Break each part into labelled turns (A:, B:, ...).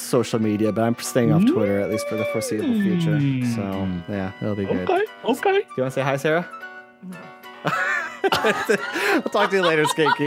A: social media, but I'm staying off Twitter at least for the foreseeable future. So yeah, it'll be good.
B: Hmm. Okay, okay.
A: Do you want to say hi, Sarah? I'll talk to you later, Skanky.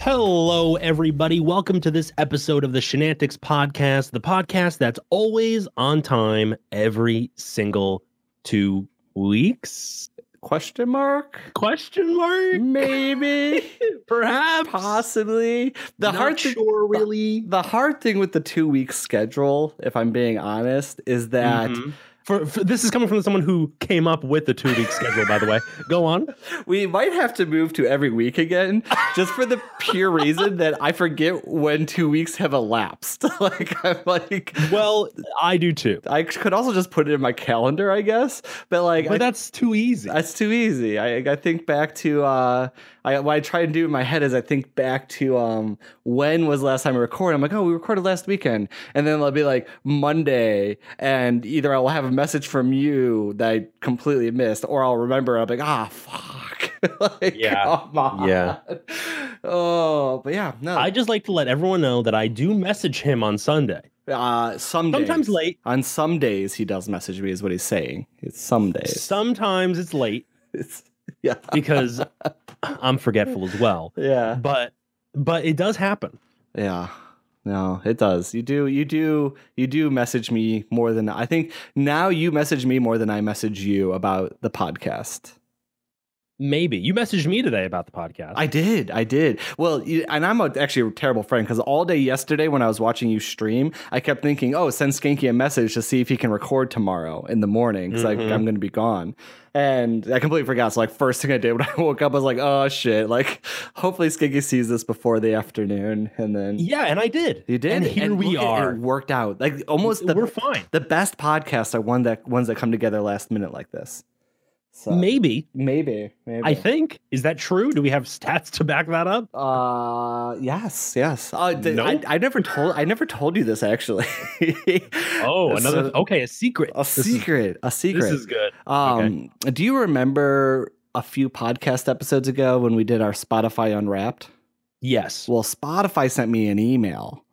B: Hello, everybody. Welcome to this episode of the Shenantics Podcast, the podcast that's always on time every single two weeks.
A: Question mark?
B: Question mark?
A: Maybe,
B: Perhaps.
A: possibly. The
B: Not
A: hard thi-
B: sure, really.
A: the hard thing with the two week schedule, if I'm being honest, is that
B: Mhm. For, for this is coming from someone who came up with the two week schedule. By the way, go on.
A: we might have to move to every week again, just for the pure reason that I forget when two weeks have elapsed. like I'm like.
B: Well, I do too,
A: I could also just put it in my calendar, I guess. But like, I
B: but that's too easy.
A: That's too easy. I, I think back to uh, I, what I try and do in my head is I think back to um, when was the last time we recorded. I'm like, oh, we recorded last weekend, and then it'll be like Monday, and either I will have a message from you that I completely missed, or I'll remember. I'll be like, ah, fuck. like,
B: Yeah.
A: come on.
B: Yeah.
A: Oh, but yeah, no.
B: I just like to let everyone know that I do message him on Sunday,
A: uh, some
B: sometimes
A: days,
B: late,
A: on some days he does message me, is what he's saying. It's some days.
B: sometimes it's late
A: It's yeah,
B: because I'm forgetful as well.
A: yeah.
B: But but it does happen.
A: Yeah. No, it does. You do you do you do message me more than I think now you message me more than I message you about the podcast.
B: Maybe you messaged me today about the podcast.
A: I did. I did. Well, you- and I'm a, actually a terrible friend cuz all day yesterday when I was watching you stream, I kept thinking, "Oh, send Skanky a message to see if he can record tomorrow in the morning because
B: Mhm.
A: I'm going to be gone." And I completely forgot. So like first thing I did when I woke up I was like, "Oh shit, like hopefully Skanky sees this before the afternoon." And then
B: yeah, and I did.
A: You did,
B: And here we
A: look at-
B: are.
A: It worked out. Like almost the
B: We're fine.
A: the best podcasts are one that ones that come together last minute like this. So
B: Maybe.
A: maybe, maybe.
B: I think. Is that true? Do we have stats to back that up?
A: Uh, yes, yes. Uh, th-
B: No?
A: I, I never told. I never told you this actually.
B: Oh,
A: It's
B: another
A: a-
B: okay, a secret.
A: a
B: This is-
A: secret. a secret.
B: This is good.
A: um, do you remember a few podcast episodes ago when we did our Spotify Unwrapped?
B: Yes.
A: Well, Spotify sent me an email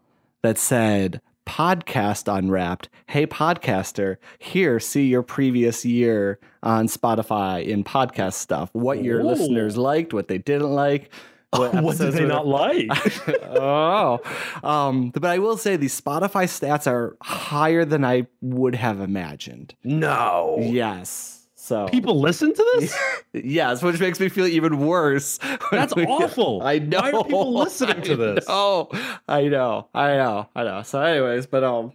A: that said, Podcast Unwrapped. Hey, podcaster, here, see your previous year on Spotify in podcast stuff. What your
B: Ooh.
A: listeners liked, what they didn't like.
B: what did
A: episodes
B: they
A: were-
B: not like?
A: oh, um, but I will say the Spotify stats are higher than I would have imagined.
B: no.
A: Yes. So
B: Oh. People listen to this?
A: Yes, which makes me feel even worse. when
B: That's
A: we-
B: awful.
A: I know.
B: Why are people listening to this?
A: Oh, I know. I know. I know. So, anyways, but um,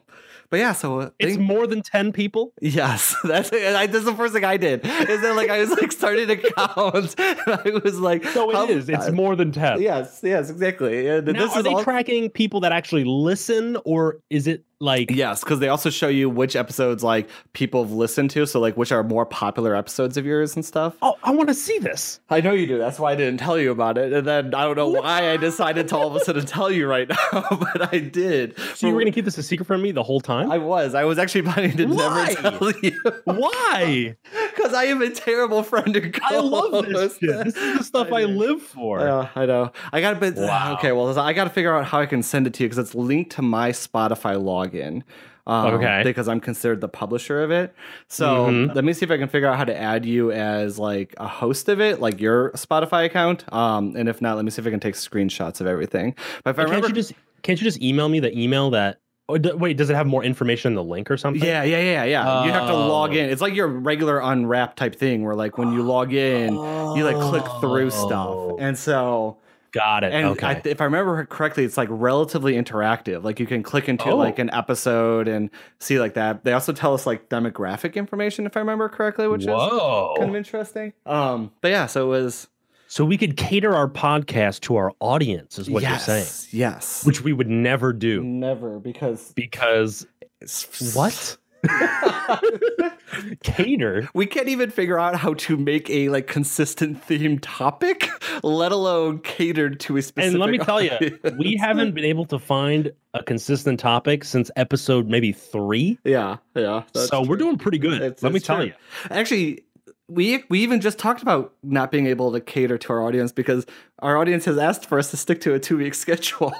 A: but yeah. So uh,
B: It's
A: thank-
B: more than 10 people.
A: yes, that's and I, that's the first thing I did. Is that like I was like starting to count. and I was like,
B: So
A: how-
B: it is. It's
A: uh,
B: more than 10.
A: yes, yes, exactly. And
B: Now,
A: this
B: are
A: is
B: they
A: all.
B: tracking people that actually listen, or is it like
A: Yes, because they also show you which episodes like people have listened to, so like which are more popular episodes of yours and stuff.
B: Oh, I want to see this.
A: I know you do. That's why I didn't tell you about it. And then I don't know why I decided to all of a sudden tell you right now, but I did.
B: So you were gonna keep this a secret from me the whole time?
A: I was. I was actually planning to
B: Why?
A: never tell you
B: Why?
A: because I am a terrible friend to
B: I love this shit. This is the stuff I
A: know.
B: live for.
A: Yeah, I know. I got to, but
B: Wow.
A: okay. Well, I got to figure out how I can send it to you because it's linked to my Spotify login. Um,
B: Okay.
A: Because I'm considered the publisher of it. So
B: Mhm.
A: let me see if I can figure out how to add you as like a host of it, like your Spotify account. Um, and if not, let me see if I can take screenshots of everything. But if I
B: But can't
A: remember,
B: you just can't you just email me the email that? Or d- wait, does it have more information in the link or something?
A: yeah, yeah, yeah, yeah. You have to log
B: Oh.
A: in. It's like your regular unwrap type thing where like when you log in, you like click through stuff.
B: Oh.
A: And so
B: Got it.
A: And
B: okay.
A: I, if I remember correctly, it's like relatively interactive. Like you can click into
B: Oh.
A: like an episode and see like that. They also tell us like demographic information, if I remember correctly, which is
B: Whoa.
A: kind of interesting. Um, but yeah, so it was
B: so we could cater our podcast to our audience, is what
A: yes,
B: you're saying,
A: Yes,
B: which we would never do
A: never because
B: because what? cater?
A: we can't even figure out how to make a like consistent theme topic, let alone catered to a specific.
B: And let me tell you,
A: audience.
B: we haven't been able to find a consistent topic since episode maybe three.
A: Yeah, yeah. that's
B: so we're
A: true.
B: doing pretty good.
A: It's-
B: let me
A: it's
B: tell
A: true.
B: you.
A: Actually, we we even just talked about not being able to cater to our audience because our audience has asked for us to stick to a two week schedule.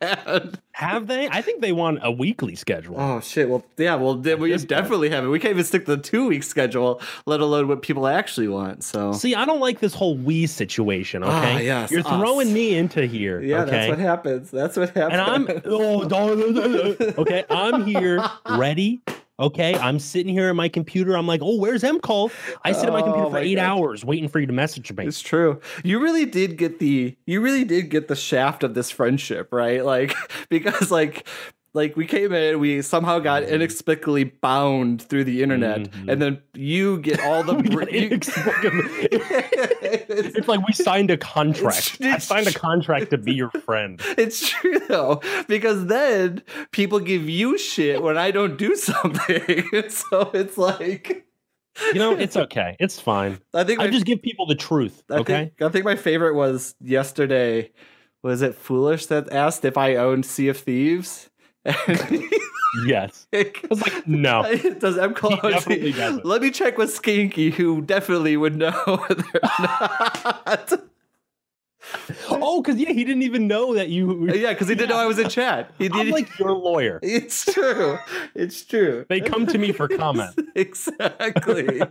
A: And-
B: Have they? I think they want a weekly schedule.
A: oh shit! Well, yeah. Well, then we
B: At this
A: definitely have it. We can't even stick to the two week schedule, let alone what people actually want. So
B: See, I don't like this whole we situation. Okay,
A: Ah, yes,
B: you're throwing
A: us.
B: me into here.
A: yeah,
B: okay?
A: that's what happens. That's what happens.
B: and I'm oh, no, no, no, no. okay. I'm here ready. Okay, I'm sitting here at my computer. I'm like, oh, where's M call? I sit at my computer
A: Oh, my
B: for eight
A: God.
B: hours waiting for you to message me.
A: It's true. You really did get the you really did get the shaft of this friendship, right? Like because like like we came in, we somehow got
B: Mm-hmm.
A: inexplicably bound through the internet,
B: Mhm.
A: and then you get all the
B: We
A: br-
B: got
A: you-
B: inexplicably-
A: it's,
B: It's like we signed a contract.
A: It's-
B: I signed a contract to be your friend.
A: it's true though, because then people give you shit when I don't do something. so it's like
B: You know, it's okay. It's fine.
A: I think
B: I
A: my
B: just give people the truth.
A: I
B: Okay.
A: Think, I think my favorite was yesterday. Was it Foolish that asked if I owned Sea of Thieves? And
B: Yes. I was like, no.
A: does M
B: He
A: call own Sea-
B: definitely doesn't.
A: Let me check with Skinky, who definitely would know whether or not.
B: Oh, because yeah, he didn't even know that you.
A: yeah, because he didn't know I was in chat. He
B: I'm
A: did.
B: like your lawyer.
A: it's true. It's true.
B: They come to me for comment.
A: exactly.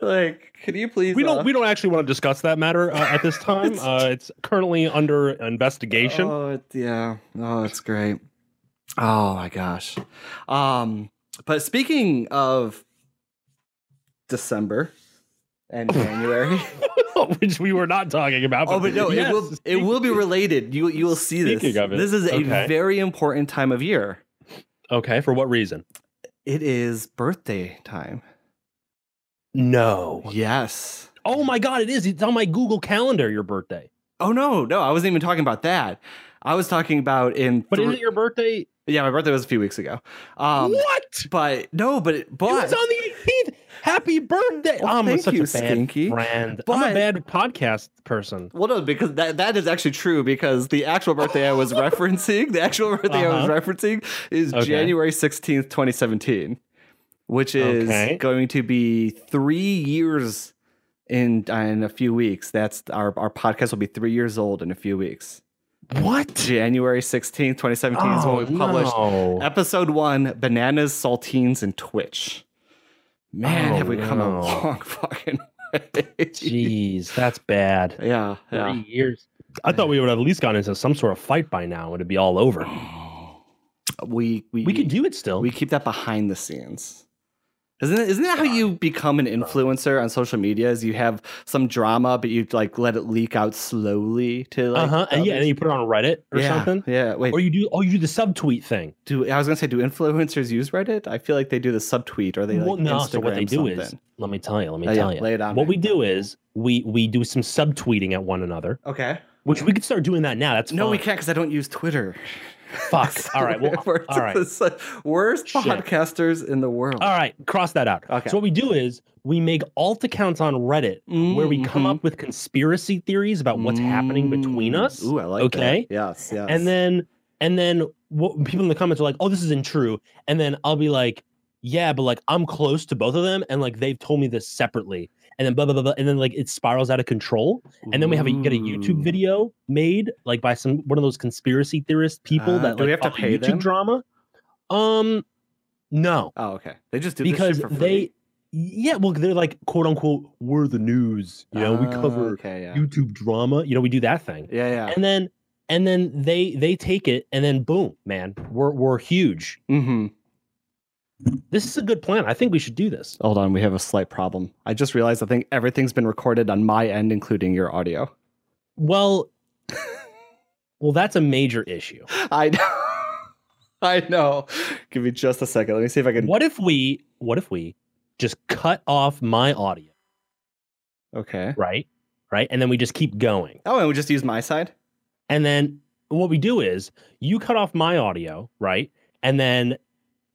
A: like, could you please?
B: We
A: uh,
B: don't. We don't actually want to discuss that matter uh, at this time. Uh, it's currently under investigation.
A: Oh it- yeah. Oh, it's great. Oh my gosh. Um, but speaking of December and January.
B: which we were not talking about.
A: oh, but no,
B: yes,
A: it will it will be related. You you will see this.
B: Speaking of it,
A: This is a
B: okay.
A: very important time of year.
B: Okay, for what reason?
A: It is birthday time.
B: No.
A: Yes.
B: Oh my God, it is. It's on my Google Calendar. Your birthday,
A: Oh no, no, I wasn't even talking about that. I was talking about in
B: but
A: thr-
B: is it your birthday?
A: yeah, my birthday was a few weeks ago. Um,
B: what?
A: but no, but it- but
B: It was on the 18th. Happy birthday!
A: Well,
B: I'm
A: thank
B: such
A: you,
B: a bad
A: Stinky.
B: friend. I'm
A: But-
B: a bad podcast person.
A: Well, no, because that, that is actually true because the actual birthday I was referencing, the actual birthday I was referencing is
B: Uh-huh. Okay.
A: January 16th, 2017, which is
B: Okay.
A: going to be three years in, in a few weeks. That's our, our podcast will be three years old in a few weeks.
B: What?
A: January 16th, 2017 is when we published
B: Oh, no.
A: episode one Bananas, Saltines, and Twitch. Man,
B: Oh,
A: have we come a
B: no.
A: long fucking way.
B: Jeez, that's bad.
A: Yeah, yeah.
B: Three years. I thought we would have at least gone into some sort of fight by now, and it'd be all over.
A: We we
B: We could do it still.
A: we keep that behind the scenes. Isn't that, isn't that how you become an influencer on social media? Is you have some drama, but you like let it leak out slowly to like
B: uh huh. And yeah, and
A: others?
B: you put it on Reddit or
A: yeah,
B: something,
A: Yeah, wait.
B: or you do. Oh, you do the subtweet thing.
A: do I was gonna say do influencers use Reddit? I feel like they do the subtweet or they like
B: well, no.
A: Instagram
B: So what they do
A: something.
B: is, let me tell you. Let me
A: Oh, yeah,
B: tell you.
A: lay it on.
B: What
A: me.
B: we do is we we do some subtweeting at one another,
A: okay?
B: which we could start doing that now. That's
A: No, we
B: fine.
A: can't because I don't use Twitter.
B: Fuck. All right. Well.
A: We're
B: all right.
A: the worst
B: Shit.
A: podcasters in the world.
B: All right, cross that out.
A: Okay.
B: So what we do is we make alt accounts on Reddit where we come
A: Mhm.
B: up with conspiracy theories about what's happening between
A: Mm.
B: us.
A: Ooh, I like
B: Okay.
A: that. Yes, yes.
B: And then and then what people in the comments are like, "Oh, this isn't true." And then I'll be like, "Yeah, but like I'm close to both of them and like they've told me this separately." And then blah blah blah, blah and then like it spirals out of control. And then we have a get a YouTube
A: Ooh.
B: video made like by some one of those conspiracy theorist people
A: Ah,
B: that
A: do
B: like
A: we have to
B: follow
A: pay
B: YouTube
A: them?
B: drama. Um no
A: Oh, okay. They just do this
B: because
A: shit for free.
B: they yeah well they're like quote unquote we're the news you know we
A: Ah,
B: cover
A: okay, yeah.
B: youtube drama you know we do that thing
A: yeah, yeah.
B: and then and then they they take it and then boom man we're we're huge
A: hmm
B: this is a good plan i think we should do this
A: Hold on, we have a slight problem. I just realized I think everything's been recorded on my end, including your audio.
B: well well that's a major issue
A: I know. I know. Give me just a second. Let me see if I can.
B: what if we what if we just cut off my audio
A: Okay.
B: right right and then we just keep going
A: Oh, and we just use my side.
B: And then what we do is you cut off my audio, right? And then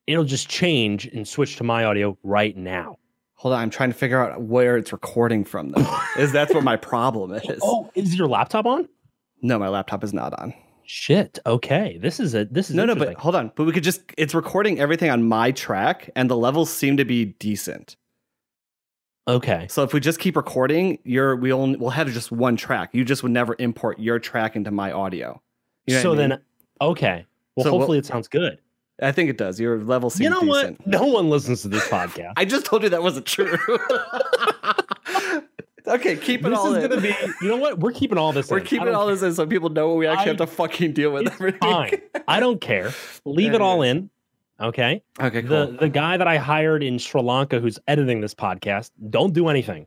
B: it'll just change and switch to my audio right now.
A: Hold on, I'm trying to figure out where it's recording from. Though, is that's what my problem is.
B: Oh, is your laptop on?
A: No, my laptop is not on.
B: Shit. Okay. This is a this is
A: No, no, but
B: interesting.
A: hold on. But we could just, it's recording everything on my track, and the levels seem to be decent.
B: Okay.
A: So if we just keep recording, you're we only we'll have just one track. You just would never import your track into my audio. You know
B: so
A: what I mean?
B: then, okay. Well,
A: So we'll-
B: hopefully it sounds good.
A: I think it does. Your level seems
B: You know
A: decent.
B: what? No one listens to this podcast.
A: I just told you that wasn't true. okay, keep it
B: this
A: all
B: is
A: in.
B: gonna be. You know what? We're keeping all this.
A: We're
B: in. I
A: keeping
B: don't
A: all this in so people know what we actually
B: I-
A: have to fucking deal with
B: It's
A: everything.
B: fine. I don't care. Leave it all in. Okay.
A: Okay, cool.
B: The the guy that I hired in Sri Lanka who's editing this podcast, don't do anything.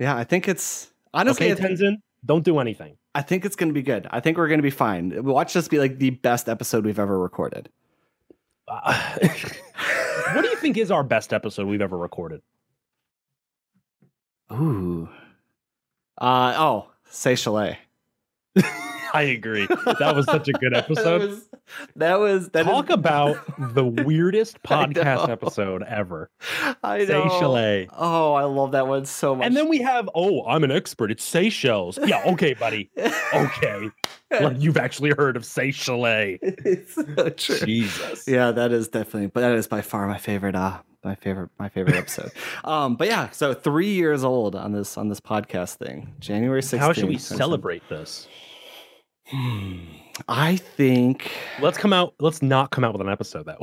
A: yeah, I think it's honestly
B: Okay,
A: I, think,
B: Tenzin, don't do anything.
A: I think it's gonna be good. I think we're gonna be fine. Watch this be like the best episode we've ever recorded.
B: Uh, what do you think is our best episode we've ever recorded?
A: Ooh. Uh oh, say chalet.
B: I agree. That was such a good
A: that
B: episode.
A: was that was that is-
B: Talk about the weirdest
A: I
B: podcast
A: know.
B: episode ever.
A: I
B: Say
A: know.
B: chalet.
A: Oh, I love that one so much.
B: And then we have, oh, I'm an expert. It's Seychelles. Yeah, okay, buddy. Okay. like you've actually heard of Seychelles.
A: it's so true.
B: Jesus.
A: Yeah, that is definitely, but that is by far my favorite. Uh, my favorite, my favorite episode. um, but yeah, so three years old on this on this podcast thing, January 16th.
B: How should we celebrate this?
A: Hmm. I think.
B: Let's come out. Let's not come out with an episode that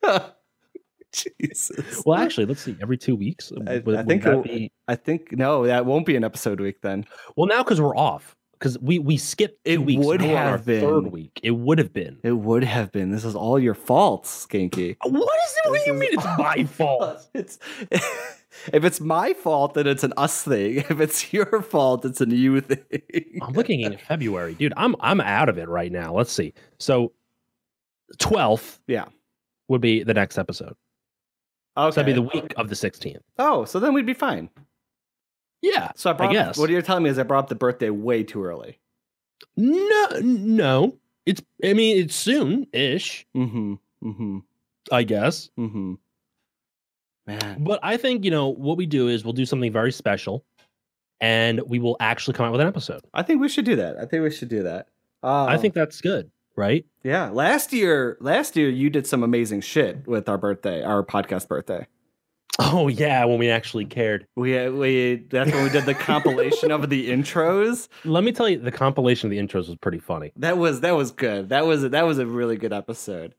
B: way.
A: Jesus.
B: Well, actually, let's see. Every two weeks.
A: I-
B: Would-
A: I
B: would
A: think
B: that
A: it-
B: be-
A: I think no, that won't be an episode week then.
B: Well, now because we're off, because we we skipped. two
A: It
B: weeks,
A: would
B: now we're on our
A: have been.
B: third week. It would have been.
A: It would have been. This is all your fault, Skanky.
B: What is it? What
A: This
B: do you
A: is-
B: mean? It's my fault.
A: It's if it's my fault, then it's an us thing. If it's your fault, it's an you thing.
B: I'm looking at February, dude. I'm I'm out of it right now. Let's see. So, twelfth,
A: Yeah.
B: would be the next episode.
A: Okay.
B: So that'd be the week of the sixteenth.
A: Oh, so then we'd be fine.
B: Yeah.
A: So I, brought up-
B: guess.
A: what you're telling me is I brought up the birthday way too early.
B: No, no. It's. I mean, it's soon ish.
A: Mm-hmm. Mm-hmm.
B: I guess.
A: Mm-hmm. Man.
B: But I think, you know, what we do is we'll do something very special and we will actually come out with an episode.
A: I think we should do that. I think we should do that. Uh,
B: I think that's good, right?
A: yeah. Last year, last year you did some amazing shit with our birthday, our podcast birthday.
B: Oh, yeah, when we actually cared.
A: We uh, we that's when we did the compilation of the intros.
B: Let me tell you, the compilation of the intros was pretty funny.
A: That was that was good. That was that was a really good episode.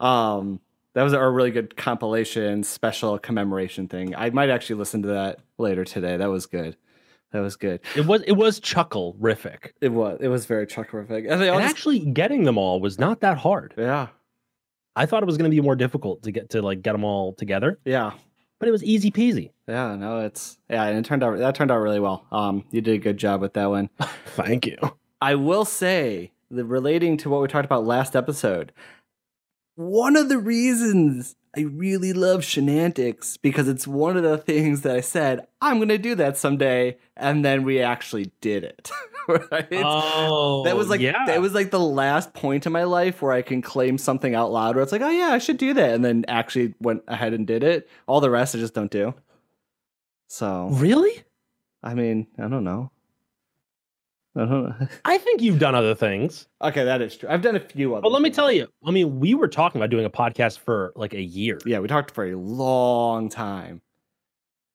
A: Um, that was a really good compilation special commemoration thing. I might actually listen to that later today. That was good. That was good.
B: It was it was chuckle rific.
A: It was it was very chuckerific. And they all
B: And
A: just-
B: actually getting them all was not that hard.
A: yeah,
B: I thought it was going to be more difficult to get to like get them all together,
A: yeah,
B: but it was easy peasy.
A: yeah. No, it's yeah, and it turned out that turned out really well. Um, you did a good job with that one.
B: Thank you.
A: I will say, the, relating to what we talked about last episode, one of the reasons I really love Shenantics because it's one of the things that I said I'm going to do that someday, and then we actually did it. right?
B: oh,
A: that was like
B: yeah.
A: that was like the last point in my life where I can claim something out loud where it's like, oh yeah, I should do that, and then actually went ahead and did it. All the rest I just don't do. So
B: really.
A: I mean, I don't know. I don't know.
B: I think you've done other things.
A: Okay, that is true. I've done a few other.
B: But let me tell you, I mean, we were talking about doing a podcast for like a year.
A: Yeah, we talked for a long time.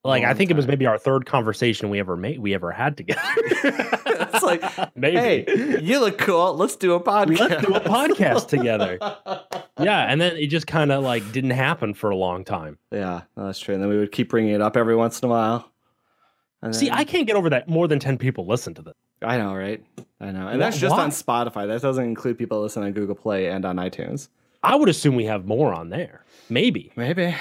B: Like I
A: long
B: think it was
A: time.
B: maybe our third conversation we ever made we ever had together.
A: It's like,
B: maybe
A: Hey, you look cool. Let's do a podcast.
B: let's do a podcast together.
A: yeah,
B: Yeah, and then it just kind of like didn't happen for a long time.
A: no, that's true. And then we would keep bringing it up every once in a while. And
B: See,
A: then-
B: I can't get over that. More than ten people listen to this.
A: I know, right? I know, and
B: Wh-
A: that's just
B: why?
A: on Spotify. That doesn't include people listening on Google Play and on iTunes.
B: I would assume we have more on there. Maybe.
A: Maybe,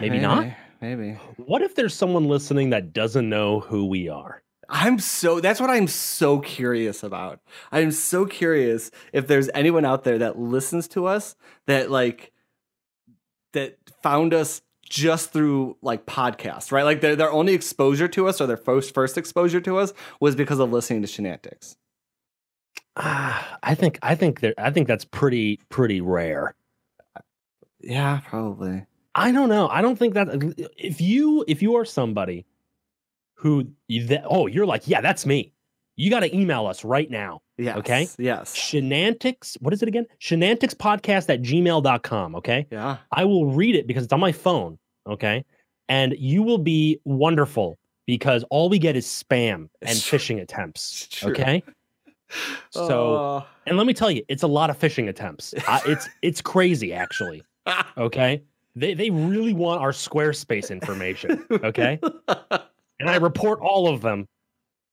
B: Maybe not.
A: Maybe
B: What if there's someone listening that doesn't know who we are?
A: I'm so. That's what I'm so curious about. I'm so curious if there's anyone out there that listens to us that like that found us just through like podcasts, right? Like their their only exposure to us or their first first exposure to us was because of listening to Shenantics.
B: Ah, I think I think there I think that's pretty pretty rare.
A: Yeah, probably.
B: I don't know. I don't think that if you if you are somebody who you that, oh you're like yeah that's me. You got to email us right now.
A: Yeah.
B: Okay.
A: Yes.
B: Shenantics, what is it again? Shenantics podcast at gmail.com. Okay.
A: Yeah.
B: I will read it because it's on my phone. Okay. And you will be wonderful because all we get is spam and
A: It's true.
B: phishing attempts.
A: It's true.
B: Okay. So, and let me tell you, it's a lot of phishing attempts. I, it's it's crazy actually.
A: Oh.
B: Okay. They they really want our Squarespace information. Okay. and I report all of them.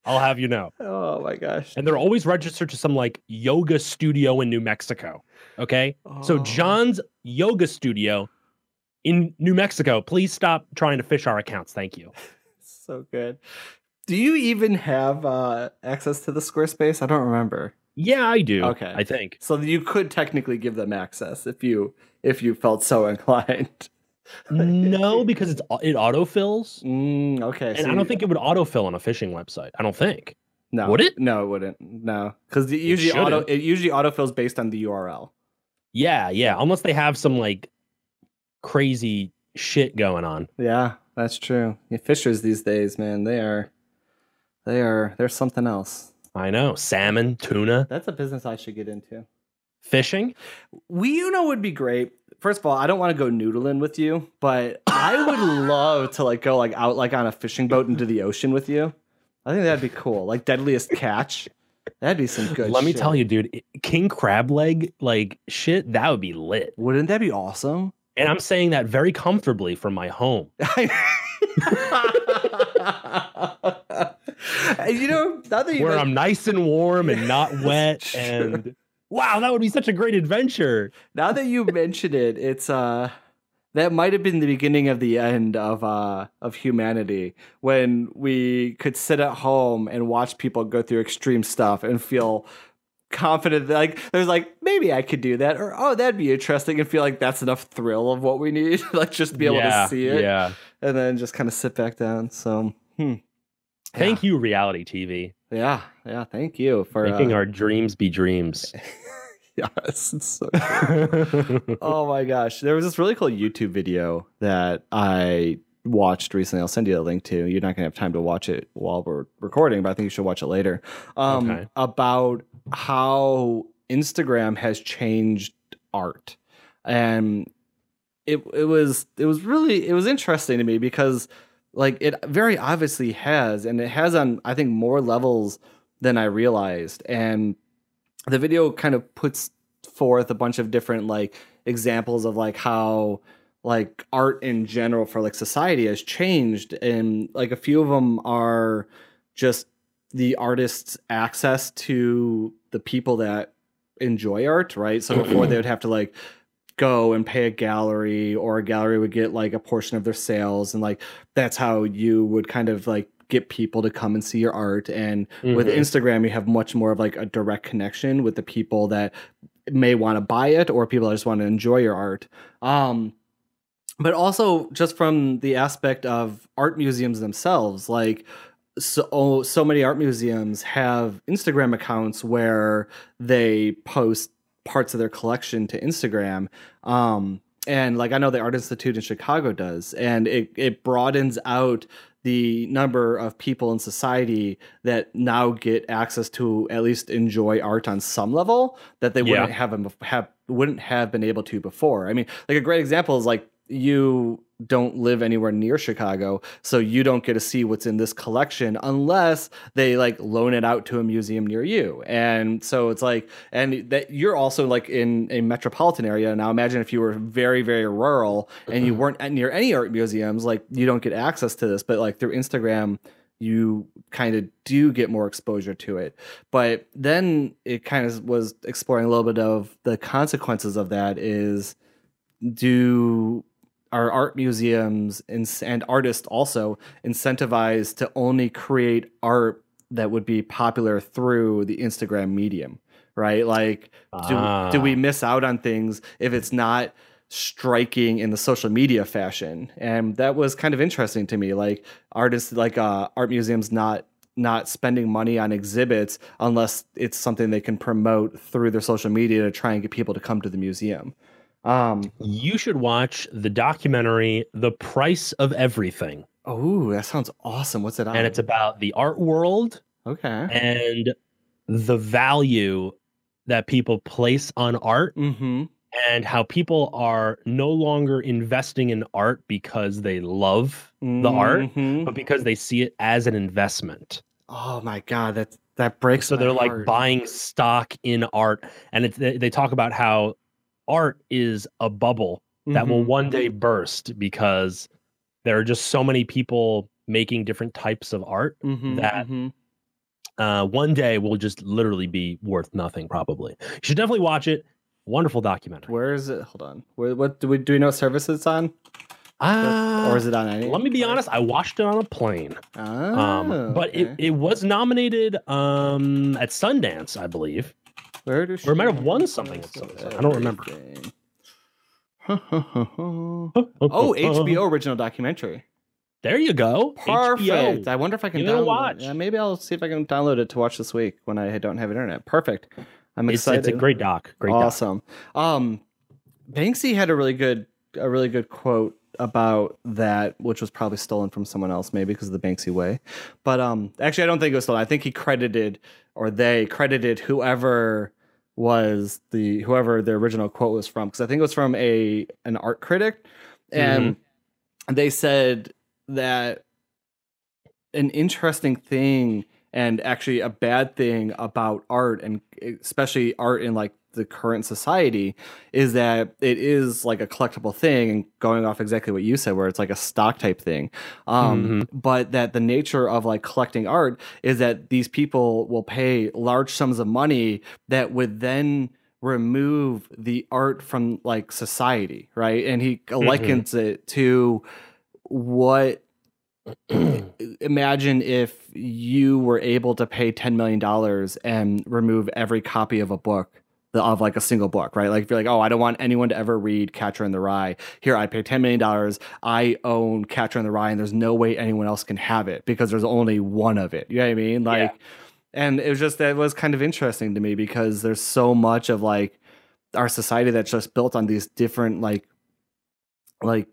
B: I'll have you know.
A: oh my gosh.
B: And they're always registered to some like yoga studio in New Mexico. Okay. So
A: Oh.
B: John's yoga studio in New Mexico, please stop trying to fish our accounts. Thank you.
A: so good. Do you even have uh, access to the Squarespace? I don't remember.
B: Yeah, I do.
A: Okay.
B: I think.
A: So you could technically give them access if you if you felt so inclined.
B: No, because it's au- it autofills.
A: Mm, okay.
B: And I don't think it would autofill on a phishing website. I don't think.
A: no.
B: would it?
A: No, it wouldn't. No, because usually
B: shouldn't.
A: auto it usually autofills based on the URL.
B: Yeah, yeah. Unless they have some like crazy shit going on.
A: Yeah, that's true. Yeah, fishers these days, man, they are, they are, they're something else.
B: I know. Salmon, tuna,
A: That's a business I should get into.
B: fishing.
A: We, you know, would be great. First of all, I don't want to go noodling with you, but I would love to like go like out like on a fishing boat into the ocean with you. I think that'd be cool. Like deadliest catch. That'd be some good.
B: Let me
A: shit.
B: tell you, dude, i- king crab leg like shit, that would be lit.
A: Wouldn't that be awesome?
B: And I'm saying that very comfortably from my home.
A: you know, now that you
B: Where
A: mention-
B: I'm nice and warm and not wet
A: Sure.
B: and wow, that would be such a great adventure.
A: now that you mention it, it's uh that might have been the beginning of the end of uh of humanity when we could sit at home and watch people go through extreme stuff and feel confident that, like there's like maybe I could do that or oh that'd be interesting and feel like that's enough thrill of what we need like just to be able
B: Yeah,
A: to see it
B: Yeah.
A: and then just kind of sit back down so hmm.
B: Thank you, reality TV.
A: you yeah yeah thank you for
B: Making
A: uh,
B: our dreams be dreams.
A: yes it's so oh my gosh there was this really cool youtube video that i watched recently i'll send you a link to you're not going to have time to watch it while we're recording but i think you should watch it later um,
B: Okay.
A: about how instagram has changed art and it, it was it was really it was interesting to me because like it very obviously has and it has on i think more levels than i realized and the video kind of puts forth a bunch of different like examples of like how like art in general for like society has changed and like a few of them are just the artist's access to the people that enjoy art right so before they would have to like go and pay a gallery or a gallery would get like a portion of their sales and like that's how you would kind of like get people to come and see your art and with
B: Mhm.
A: instagram you have much more of like a direct connection with the people that may want to buy it or people that just want to enjoy your art um but also just from the aspect of art museums themselves like so oh, so many art museums have instagram accounts where they post parts of their collection to instagram um and like i know the art institute in chicago does and it it broadens out the number of people in society that now get access to at least enjoy art on some level that they
B: Yeah.
A: wouldn't have them have wouldn't have been able to before. I mean, like a great example is like you don't live anywhere near Chicago, so you don't get to see what's in this collection unless they like loan it out to a museum near you. And so it's like and that you're also like in a metropolitan area. Now imagine if you were very very rural and you weren't at- near any art museums, like you don't get access to this, but like through Instagram you kind of do get more exposure to it but then it kind of was exploring a little bit of the consequences of that is do our art museums and, and artists also incentivized to only create art that would be popular through the instagram medium right like do, do we
B: Ah.
A: miss out on things if it's not striking in the social media fashion and that was kind of interesting to me like artists like uh, art museums not not spending money on exhibits unless it's something they can promote through their social media to try and get people to come to the museum um
B: You should watch the documentary "The Price of Everything,"
A: oh that sounds awesome what's it on
B: and it's about the art world
A: okay
B: and the value that people place on art
A: mm-hmm
B: and how people are no longer investing in art because they love, The art?
A: Mhm.
B: but because they see it as an investment.
A: Oh my god, that that breaks.
B: so
A: my
B: they're like
A: heart.
B: buying stock in art and it's, they they talk about how art is a bubble that will
A: Mhm.
B: one day burst because there are just so many people making different types of art
A: Mhm,
B: that-
A: mhm.
B: uh, one day will just literally be worth nothing probably you should definitely watch it wonderful documentary
A: Where is it? Hold on. Where, what do we do? We know what service it's on,
B: Ah,
A: or is it on any?
B: let me be honest i watched it on a plane
A: Oh,
B: um, but it,
A: okay.
B: it was nominated um, at sundance i believe
A: Where does
B: or it might
A: she
B: have won
A: have
B: something at
A: most of
B: some- I don't remember.
A: everything? oh, HBO original documentary.
B: There you go.
A: Perfect.
B: HBO.
A: I wonder if I can
B: Give it a
A: download
B: watch.
A: It. Yeah, maybe I'll see if I can download it to watch this week when I don't have internet. Perfect. I'm
B: It's,
A: excited.
B: it's a great doc. Great doc.
A: awesome. Um, Banksy had a really good a really good quote about that, which was probably stolen from someone else, maybe because of the Banksy way. But um, actually, I don't think it was stolen. I think he credited or they credited whoever was the whoever the original quote was from because I think it was from a an art critic, and they said that an interesting thing and actually a bad thing about art and especially art in like the current society is that it is like a collectible thing and going off exactly what you said where it's like a stock type thing um but that the nature of like collecting art is that these people will pay large sums of money that would then remove the art from like society right and he likens it to what imagine if you were able to pay $10 million and remove every copy of a book the- of like a single book, right? Like if you're like, oh, I don't want anyone to ever read Catcher in the Rye. Here, I pay $10 million. I own Catcher in the Rye and there's no way anyone else can have it because there's only one of it. You know what I mean?
B: Yeah.
A: Like, and it was just, that was kind of interesting to me because there's so much of like our society that's just built on these different like, like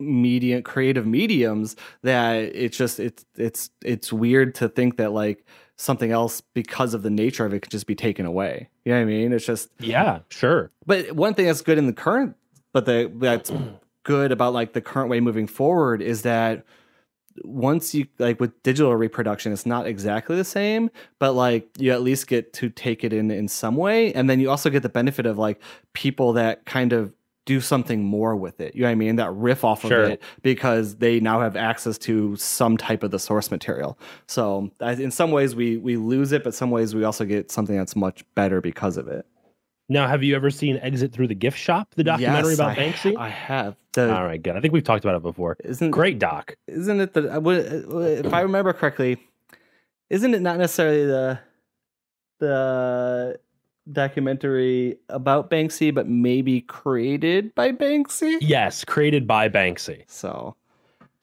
A: media, creative mediums that it's just it's it's it's weird to think that like something else because of the nature of it could just be taken away. You know what I mean? It's just
B: yeah, sure.
A: but one thing that's good in the current but the that's good about like the current way moving forward is that once you like with digital reproduction it's not exactly the same but like you at least get to take it in in some way and then you also get the benefit of like people that kind of do something more with it you know what i mean that riff off
B: Sure.
A: of it because they now have access to some type of the source material so I- in some ways we we lose it but some ways we also get something that's much better because of it
B: Now, have you ever seen Exit Through the Gift Shop, the documentary
A: Yes,
B: about
A: I-
B: Banksy?
A: I have. The,
B: All right, good. I think we've talked about it before.
A: isn't
B: Great doc.
A: Isn't it the? I would- If I remember correctly, isn't it not necessarily the the documentary about Banksy, but maybe created by Banksy?
B: Yes, created by Banksy
A: So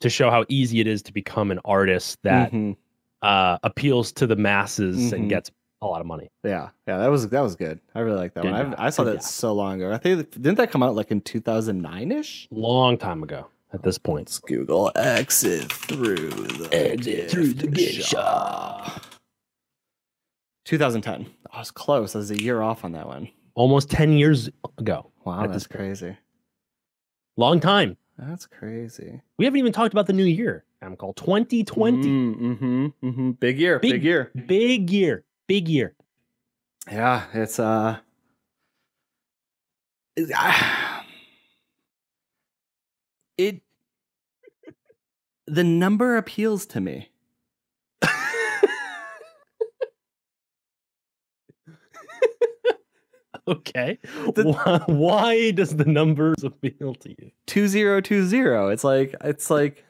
B: to show how easy it is to become an artist that
A: mhm.
B: uh, appeals to the masses
A: Mhm.
B: and gets a lot of money.
A: yeah, yeah, that was that was good. I really like that
B: Good
A: one.
B: job,
A: I, I saw
B: good
A: that
B: job.
A: so long ago. I think didn't that come out like in two thousand nine ish?
B: Long time ago at this point.
A: Let's Google exit through the gift
B: shop.
A: 2010. I was close. I was a year off on that one.
B: Almost 10 years ago.
A: Wow,
B: At
A: that's
B: this point.
A: crazy.
B: Long time.
A: That's crazy.
B: We haven't even talked about the new year. I'm called 2020.
A: Mm-hmm, hmm Big year. Big,
B: Big-
A: year.
B: Big year. Big year.
A: Yeah, it's uh. It, ah. it the number appeals to me.
B: Okay.
A: The-
B: why, why does the numbers appeal to you?
A: Two zero two zero. It's like it's like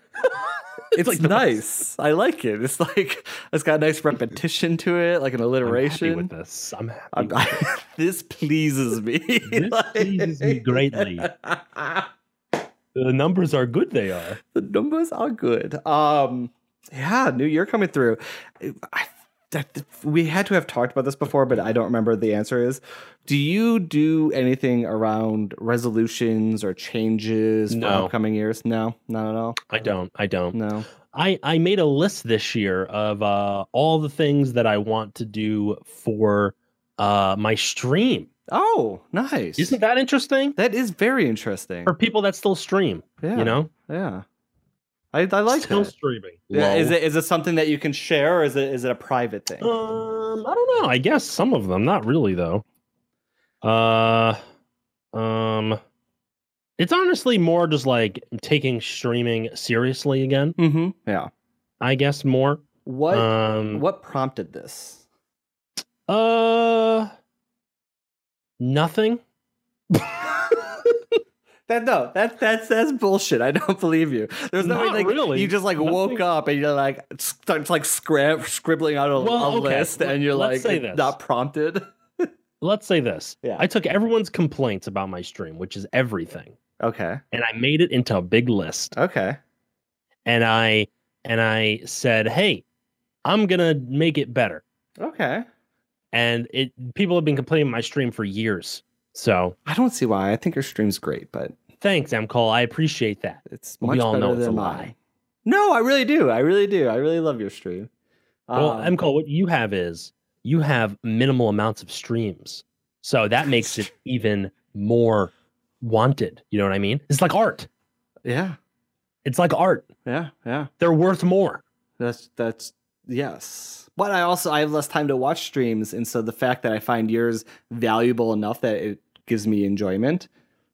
A: it's,
B: like the-
A: nice. I like it. It's like it's got nice repetition to it, like an
B: I'm happy with
A: alliteration.
B: this. I'm happy.
A: I'm-
B: with
A: this pleases me.
B: This pleases me greatly. it. the numbers are good. They are.
A: the numbers are good. Um, yeah, new year coming through. I, that, we had to have talked about this before, but I don't remember the answer. Is do you do anything around resolutions or changes for
B: No.
A: upcoming years? No, not at all.
B: I don't. I don't.
A: No.
B: I, I made a list this year of uh, all the things that I want to do for uh, my stream.
A: Oh, nice.
B: Isn't that interesting?
A: that is very interesting.
B: For people that still stream,
A: Yeah,
B: you know,
A: yeah. I, I like
B: still
A: that.
B: streaming.
A: Yeah,
B: Lol.
A: is it is it something that you can share, or is it is it a private thing?
B: Um, I don't know. I guess some of them, not really though. Uh, um, it's honestly more just like taking streaming seriously again.
A: Mm-hmm. Yeah.
B: I guess more.
A: What
B: um,
A: what prompted this?
B: Uh, nothing.
A: That no, that that's that's bullshit. I don't believe you. There's no way,
B: Not
A: like
B: really.
A: you just like
B: Nothing.
A: woke up and you're like starts like scrab- scribbling out a,
B: Well,
A: a
B: okay,
A: list
B: let-
A: and you're
B: let's
A: like
B: say
A: it's
B: this.
A: not prompted.
B: Let's say this.
A: Yeah.
B: I took everyone's complaints about my stream, which is everything,
A: Okay.
B: and I made it into a big list.
A: Okay.
B: And I and I said, "Hey, I'm gonna make it better."
A: Okay.
B: and it people have been complaining about my stream for years. So
A: I don't see why. I think your stream's great, but
B: thanks, Amcol. I appreciate that.
A: it's
B: We
A: much
B: all
A: better
B: know it's
A: than
B: a
A: mine.
B: lie.
A: No, I really do. I really do. I really love your stream.
B: well,
A: Um,
B: Amcol, what you have is you have minimal amounts of streams, so that makes it even more wanted. You know what I mean? It's like art.
A: yeah,
B: It's like art.
A: yeah, yeah.
B: They're worth more.
A: That's that's yes. But I also I have less time to watch streams, and so the fact that I find yours valuable enough that it gives me enjoyment,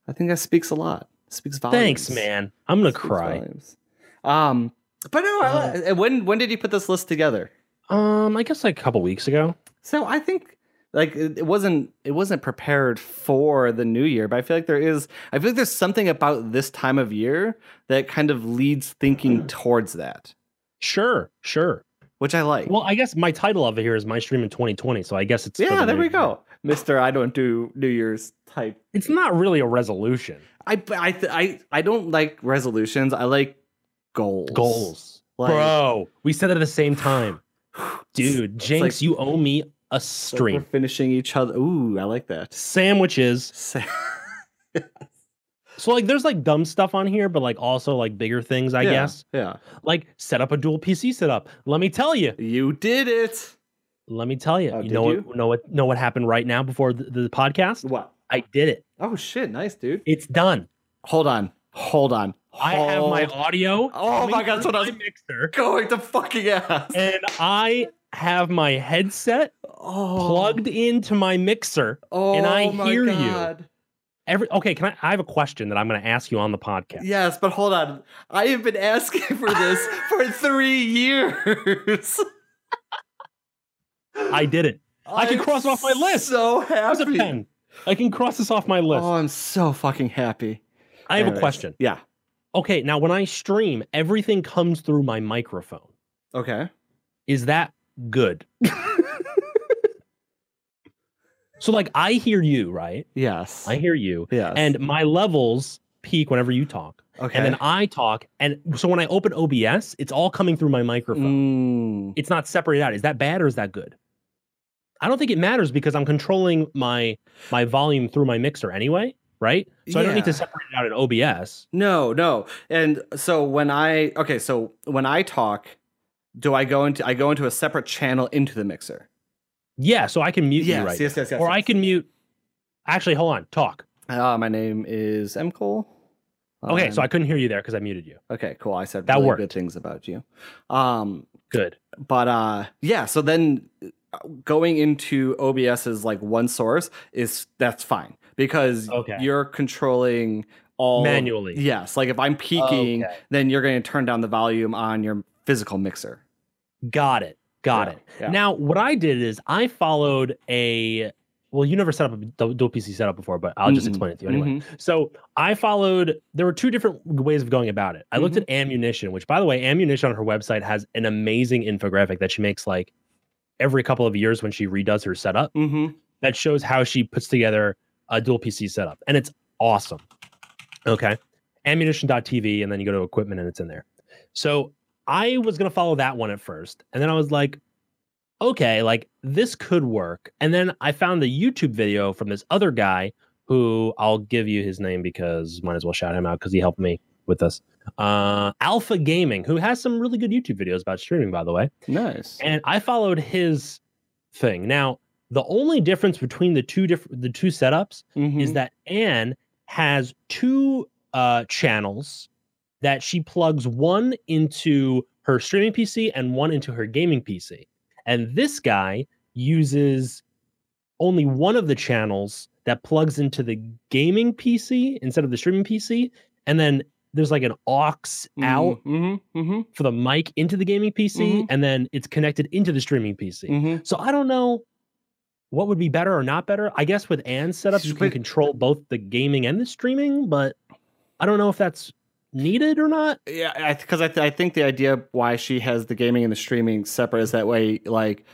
A: I think that speaks a lot. Speaks volumes.
B: Thanks, man. I'm gonna
A: Speaks
B: cry. Uh,
A: volumes. Um, but no. I, when when did you put this list together?
B: Um, I guess like a couple weeks ago.
A: So I think like it it wasn't it wasn't prepared for the new year, but I feel like there is I feel like there's something about this time of year that kind of leads
B: Mm.
A: thinking towards that,
B: Sure, sure.
A: which I like.
B: Well, I guess my title of it here is my stream in 2020. So I guess it's for
A: yeah,
B: the
A: there
B: new
A: we
B: year.
A: go, Mister. I don't do New Year's type.
B: It's not really a resolution.
A: I but I th- I I don't like resolutions. I like goals.
B: goals.
A: Like-
B: Bro, we said it at the same time. Dude, Jinx,
A: like-
B: you owe me a
A: Like we're
B: stream.
A: finishing each other. Ooh, I like that.
B: Sandwiches.
A: Sa-
B: So like there's like dumb stuff on here, but like also like bigger things, I
A: Yeah,
B: guess.
A: Yeah,
B: Like set up a dual PC setup. Let me tell you.
A: you did it.
B: Let me tell you.
A: Oh,
B: you
A: did
B: know
A: you?
B: what know what know what happened right now before the, the podcast?
A: What?
B: I did it.
A: Oh shit! Nice, dude.
B: It's done.
A: Hold on. Hold on.
B: I have my
A: Hold
B: audio.
A: Oh my God,
B: coming
A: that's
B: through
A: what I was-
B: my mixer.
A: going to fucking ass.
B: And I have my headset
A: oh,
B: plugged into my mixer.
A: Oh,
B: and I
A: my
B: hear you.
A: God.
B: Every okay, can I? I have a question that I'm going to ask you on the podcast.
A: Yes, but hold on. I have been asking for this for three years.
B: I did it. I can cross it off my list.
A: So
B: How's a
A: happy.
B: pen? I can cross this off my list.
A: Oh, I'm so fucking happy.
B: I have a
A: Anyways,
B: question.
A: Yeah.
B: Okay, now when I stream, everything comes through my microphone.
A: Okay.
B: Is that good? so, like, I hear you, right?
A: Yes.
B: I hear you,
A: yes.
B: and my levels peak whenever you talk,
A: okay.
B: and then I talk, and so when I open OBS, it's all coming through my microphone.
A: Mm,
B: it's not separated out. Is that bad or is that good? I don't think it matters because I'm controlling my my volume through my mixer anyway, right? So I don't need
A: Yeah.
B: to separate it out in OBS.
A: no, no. And so when I okay, so when I talk, do I go into I go into a separate channel into the mixer?
B: Yeah, so I can mute
A: yes,
B: you right.
A: yes, yes, yes.
B: or I
A: yes.
B: can mute Actually, hold on. Talk.
A: Uh, my name is M. Cole. Um,
B: Okay, so I couldn't hear you there because I muted you.
A: okay, cool. I said
B: That
A: really good
B: worked.
A: things about you. Um,
B: Good.
A: but uh, yeah. So then, uh, going into OBS is like one source is that's fine because
B: Okay.
A: you're controlling all
B: Manually.
A: Yes, like if I'm peaking,
B: Okay.
A: then you're going to turn down the volume on your physical mixer.
B: Got it. Got it.
A: Yeah.
B: Now, what I did is I followed a well, you never set up a du- dual PC setup before, but I'll just
A: Mm-mm.
B: explain it to you anyway.
A: Mhm.
B: So I followed. There were two different ways of going about it. I looked at ammunition, which, by the way, ammunition on her website has an amazing infographic that she makes like every couple of years when she redoes her setup
A: Mhm.
B: that shows how she puts together a dual PC setup, and it's awesome. Okay, ammunition.tv, and then you go to equipment, and it's in there. So I was gonna follow that one at first, and then I was like, okay, like this could work. And then I found the YouTube video from this other guy who I'll give you his name because might as well shout him out because he helped me with this. Uh, Alpha Gaming, who has some really good YouTube videos about streaming, by the way
A: Nice.
B: and I followed his thing. Now, The only difference between the two different the two setups
A: Mhm.
B: is that Anne has two uh, channels that she plugs one into her streaming PC and one into her gaming PC. And this guy uses only one of the channels that plugs into the gaming PC instead of the streaming PC. And then there's like an aux out
A: Mhm, mhm,
B: for the mic into the gaming PC,
A: Mhm.
B: and then it's connected into the streaming PC.
A: mhm.
B: So I don't know what would be better or not better. I guess with Anne's setups, you can
A: But-
B: control both the gaming and the streaming, but I don't know if that's needed or not.
A: Yeah, because I, th- I think the idea why she has the gaming and the streaming separate is that way, like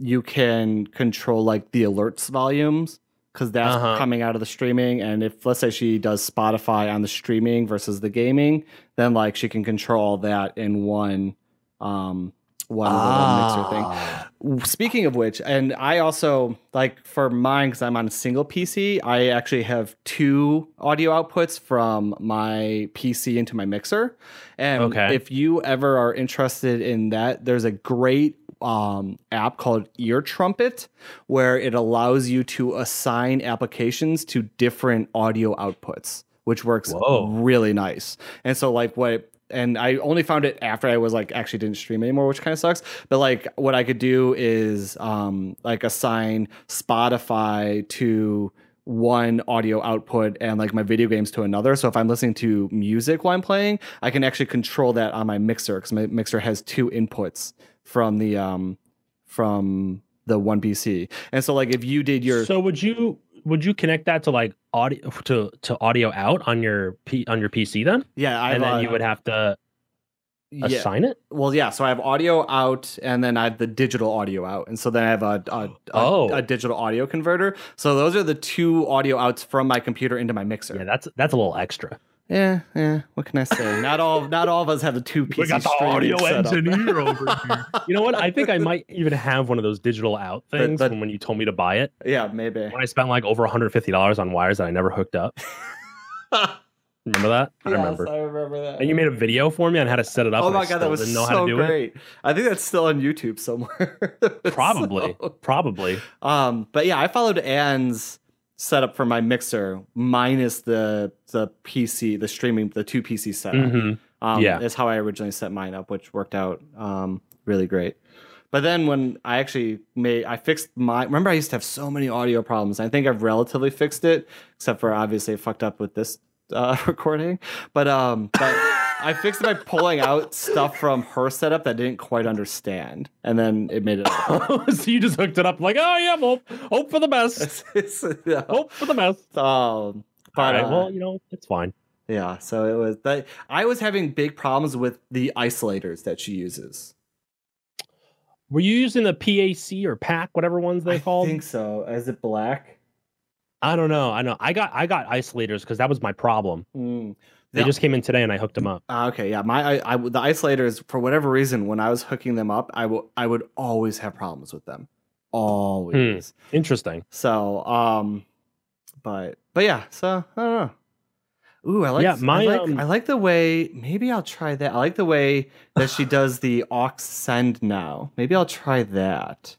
A: you can control like the alerts volumes because that's
B: Uh-huh.
A: coming out of the streaming. And if let's say she does Spotify on the streaming versus the gaming, then like she can control all that in one, um, one little mixer thing.
B: Ah.
A: Speaking of which, and I also like for mine because I'm on a single PC. I actually have two audio outputs from my PC into my mixer. And
B: Okay.
A: if you ever are interested in that, there's a great um, app called Ear Trumpet where it allows you to assign applications to different audio outputs, which works
B: Whoa.
A: really nice. And so like what and I only found it after I was like actually didn't stream anymore, which kind of sucks. But like what I could do is um like assign Spotify to one audio output and like my video games to another. So if I'm listening to music while I'm playing, I can actually control that on my mixer because my mixer has two inputs from the um from the one PC. And so like if you did your
B: So would you would you connect that to like audio to to audio out on your P, on your PC then,
A: yeah, I
B: and then you would have to
A: yeah.
B: assign it?
A: Well, yeah. So I have audio out, and then I have the digital audio out, and so then I have a a, a,
B: Oh.
A: a digital audio converter. So those are the two audio outs from my computer into my mixer.
B: Yeah, that's that's a little extra.
A: yeah. yeah. What can I say? not all not all of us have the two pieces.
B: engineer over here. You know what? I think I might even have one of those digital out
A: But-
B: things
A: but-
B: from when you told me to buy it.
A: Yeah, maybe.
B: when I spent like over $150 on wires that I never hooked up. Remember that? I remember.
A: I remember that.
B: And you made a video for me on how to set it up.
A: oh
B: and I
A: my god,
B: still
A: that was
B: didn't know
A: so
B: how to do it.
A: great. I think that's still on YouTube somewhere.
B: Probably.
A: So-
B: Probably.
A: Um, but yeah, I followed Anne's setup for my mixer minus the the PC, the streaming, the two PC setup.
B: hmm
A: Um,
B: Yeah.
A: is how I originally set mine up, which worked out um, really great. But then when I actually made, I fixed my. Remember, I used to have so many audio problems. I think I've relatively fixed it, except for obviously I fucked up with this uh, recording. But um, but I fixed it by pulling out stuff from her setup that I didn't quite understand, and then it made it. all better.
B: so you just hooked it up like, oh, yeah, hope, hope for the best.
A: It's- it's- yeah.
B: Hope for the best.
A: Um, but
B: All right.
A: uh,
B: well, you know, it's fine.
A: yeah, so it was that I was having big problems with the isolators that she uses.
B: Were you using the PAC or PAC, whatever ones they
A: I
B: called?
A: think so. Is it black?
B: I don't know. I know. I got I got isolators because that was my problem.
A: Mm.
B: They
A: Yeah.
B: just came in today and I hooked them up.
A: Ah, okay, yeah. My I, I the isolators for whatever reason when I was hooking them up, I will I would always have problems with them. Always.
B: Hmm. Interesting.
A: So, um but but yeah, so I don't know. Ooh, I like
B: Yeah, my,
A: I like,
B: um,
A: I like the way maybe I'll try that. I like the way that she does the aux send now. Maybe I'll try that.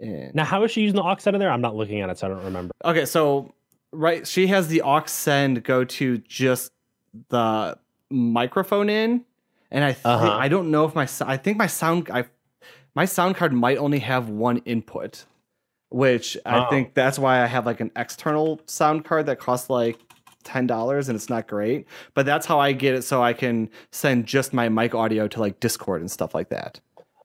A: And-
B: Now, how is she using the aux out of there? I'm not looking at it, so I don't remember.
A: Okay, so right, she has the aux send go to just the microphone in, and I thi-
B: Uh-huh.
A: I don't know if my sou- I think my sound I my sound card might only have one input, which I
B: Oh.
A: think that's why I have like an external sound card that costs like ten dollars and it's not great. But that's how I get it, so I can send just my mic audio to like Discord and stuff like that.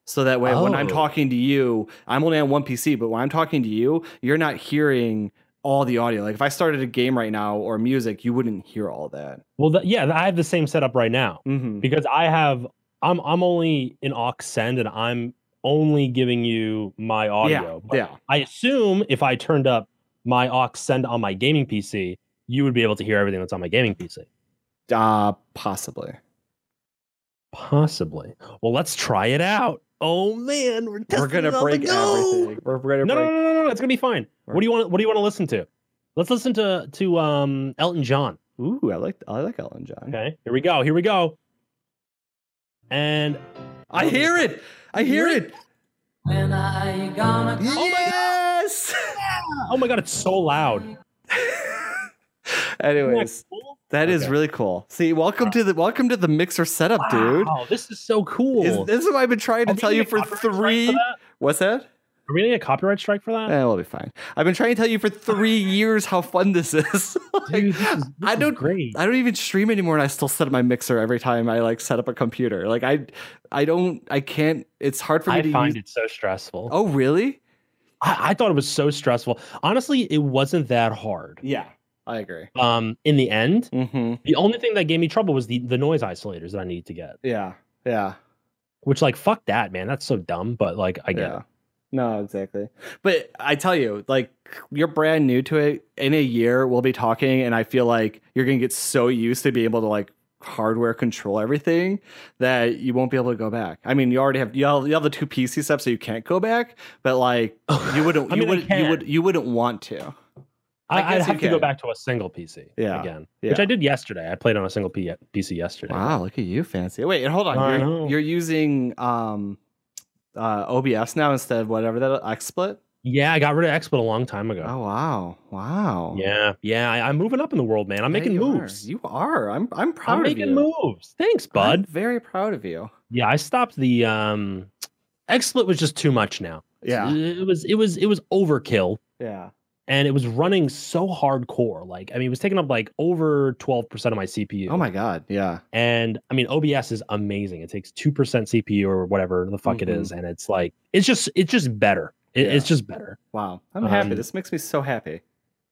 A: So that way, when I'm
B: Oh.
A: talking to you, I'm only on one PC, but when I'm talking to you, you're not hearing all the audio. Like if I started a game right now or music, you wouldn't hear all that.
B: Well, th- yeah, I have the same setup right now.
A: Mm-hmm.
B: because I have I'm I'm only in aux send and I'm only giving you my audio. But
A: Yeah.
B: I assume if I turned up my aux send on my gaming PC, you would be able to hear everything that's on my gaming PC.
A: Uh, possibly.
B: Possibly. Well, let's try it out. Oh man, we're testing
A: We're going
B: it
A: to
B: on the
A: break
B: go.
A: everything. We're going to
B: No, no,
A: break.
B: no, no, no, no, it's gonna be fine. What do you want? What do you want to listen to? Let's listen to to um Elton John.
A: Ooh, I like I like Ellen John.
B: Okay, here we go. Here we go. And
A: I hear it. Oh I hear it.
C: When are you gonna
A: Yeah.
B: my Oh my god, it's so loud. Isn't that
A: Anyways,
B: cool?
A: that is
B: Okay.
A: really cool. See, welcome to the welcome to the mixer setup, dude.
B: Wow, this is so cool.
A: Is, this is what I've been trying to
B: Are we
A: tell
B: gonna
A: you
B: get
A: for
B: copyright strike for
A: three.
B: that?
A: What's that?
B: Are we gonna get a copyright strike for that?
A: Eh, we'll be fine. I've been trying to tell you for three years how fun this is. Like,
B: Dude, this is, this
A: I
B: is
A: don't-
B: great.
A: I don't even stream anymore, and I still set up my mixer every time I like set up a computer. Like I, I don't, I can't. It's hard for me
B: I
A: to
B: find
A: use.
B: it so stressful.
A: Oh, really?
B: I, I thought it was so stressful. Honestly, it wasn't that hard.
A: Yeah, I agree.
B: Um, in the end,
A: Mm-hmm.
B: the only thing that gave me trouble was the the noise isolators that I needed to get.
A: Yeah, yeah,
B: Which, like, fuck that, man. That's so dumb. But like, I get.
A: yeah. No, exactly. But I tell you, like you're brand new to it. In a year, we'll be talking, and I feel like you're gonna get so used to being able to like hardware control everything that you won't be able to go back. I mean, you already have you have, you have the two PC stuff, so you can't go back. But like
B: it.
A: you wouldn't,
B: I
A: you
B: mean, I
A: would, you
B: can.
A: would, you wouldn't want to. I
B: I, I'd
A: guess you
B: have to go
A: can.
B: back to a single PC
A: Yeah,
B: again, which
A: yeah.
B: I did yesterday. I played on a single P- PC yesterday.
A: Wow, look at you, fancy. Wait, and hold on.
B: I
A: You're,
B: know.
A: you're using um, uh, OBS now instead of whatever that XSplit.
B: Yeah, I got rid of XSplit a long time ago.
A: Oh wow, wow.
B: Yeah, yeah. I, I'm moving up in the world, man. I'm
A: There
B: making
A: you are.
B: moves.
A: You are. I'm. I'm proud
B: I'm
A: of you.
B: making moves. Thanks,
A: I'm
B: bud.
A: very proud of you.
B: Yeah, I stopped the um XSplit was just too much now.
A: Yeah.
B: It was it was it was overkill
A: Yeah.
B: and it was running so hardcore. Like I mean it was taking up like over 12% of my CPU.
A: Oh my god. Yeah.
B: And I mean OBS is amazing. It takes 2% CPU or whatever the fuck it
A: Mhm.
B: is and it's like it's just it's just better. It, It's
A: Yeah.
B: just better.
A: Wow. I'm happy.
B: Um,
A: This makes me so happy.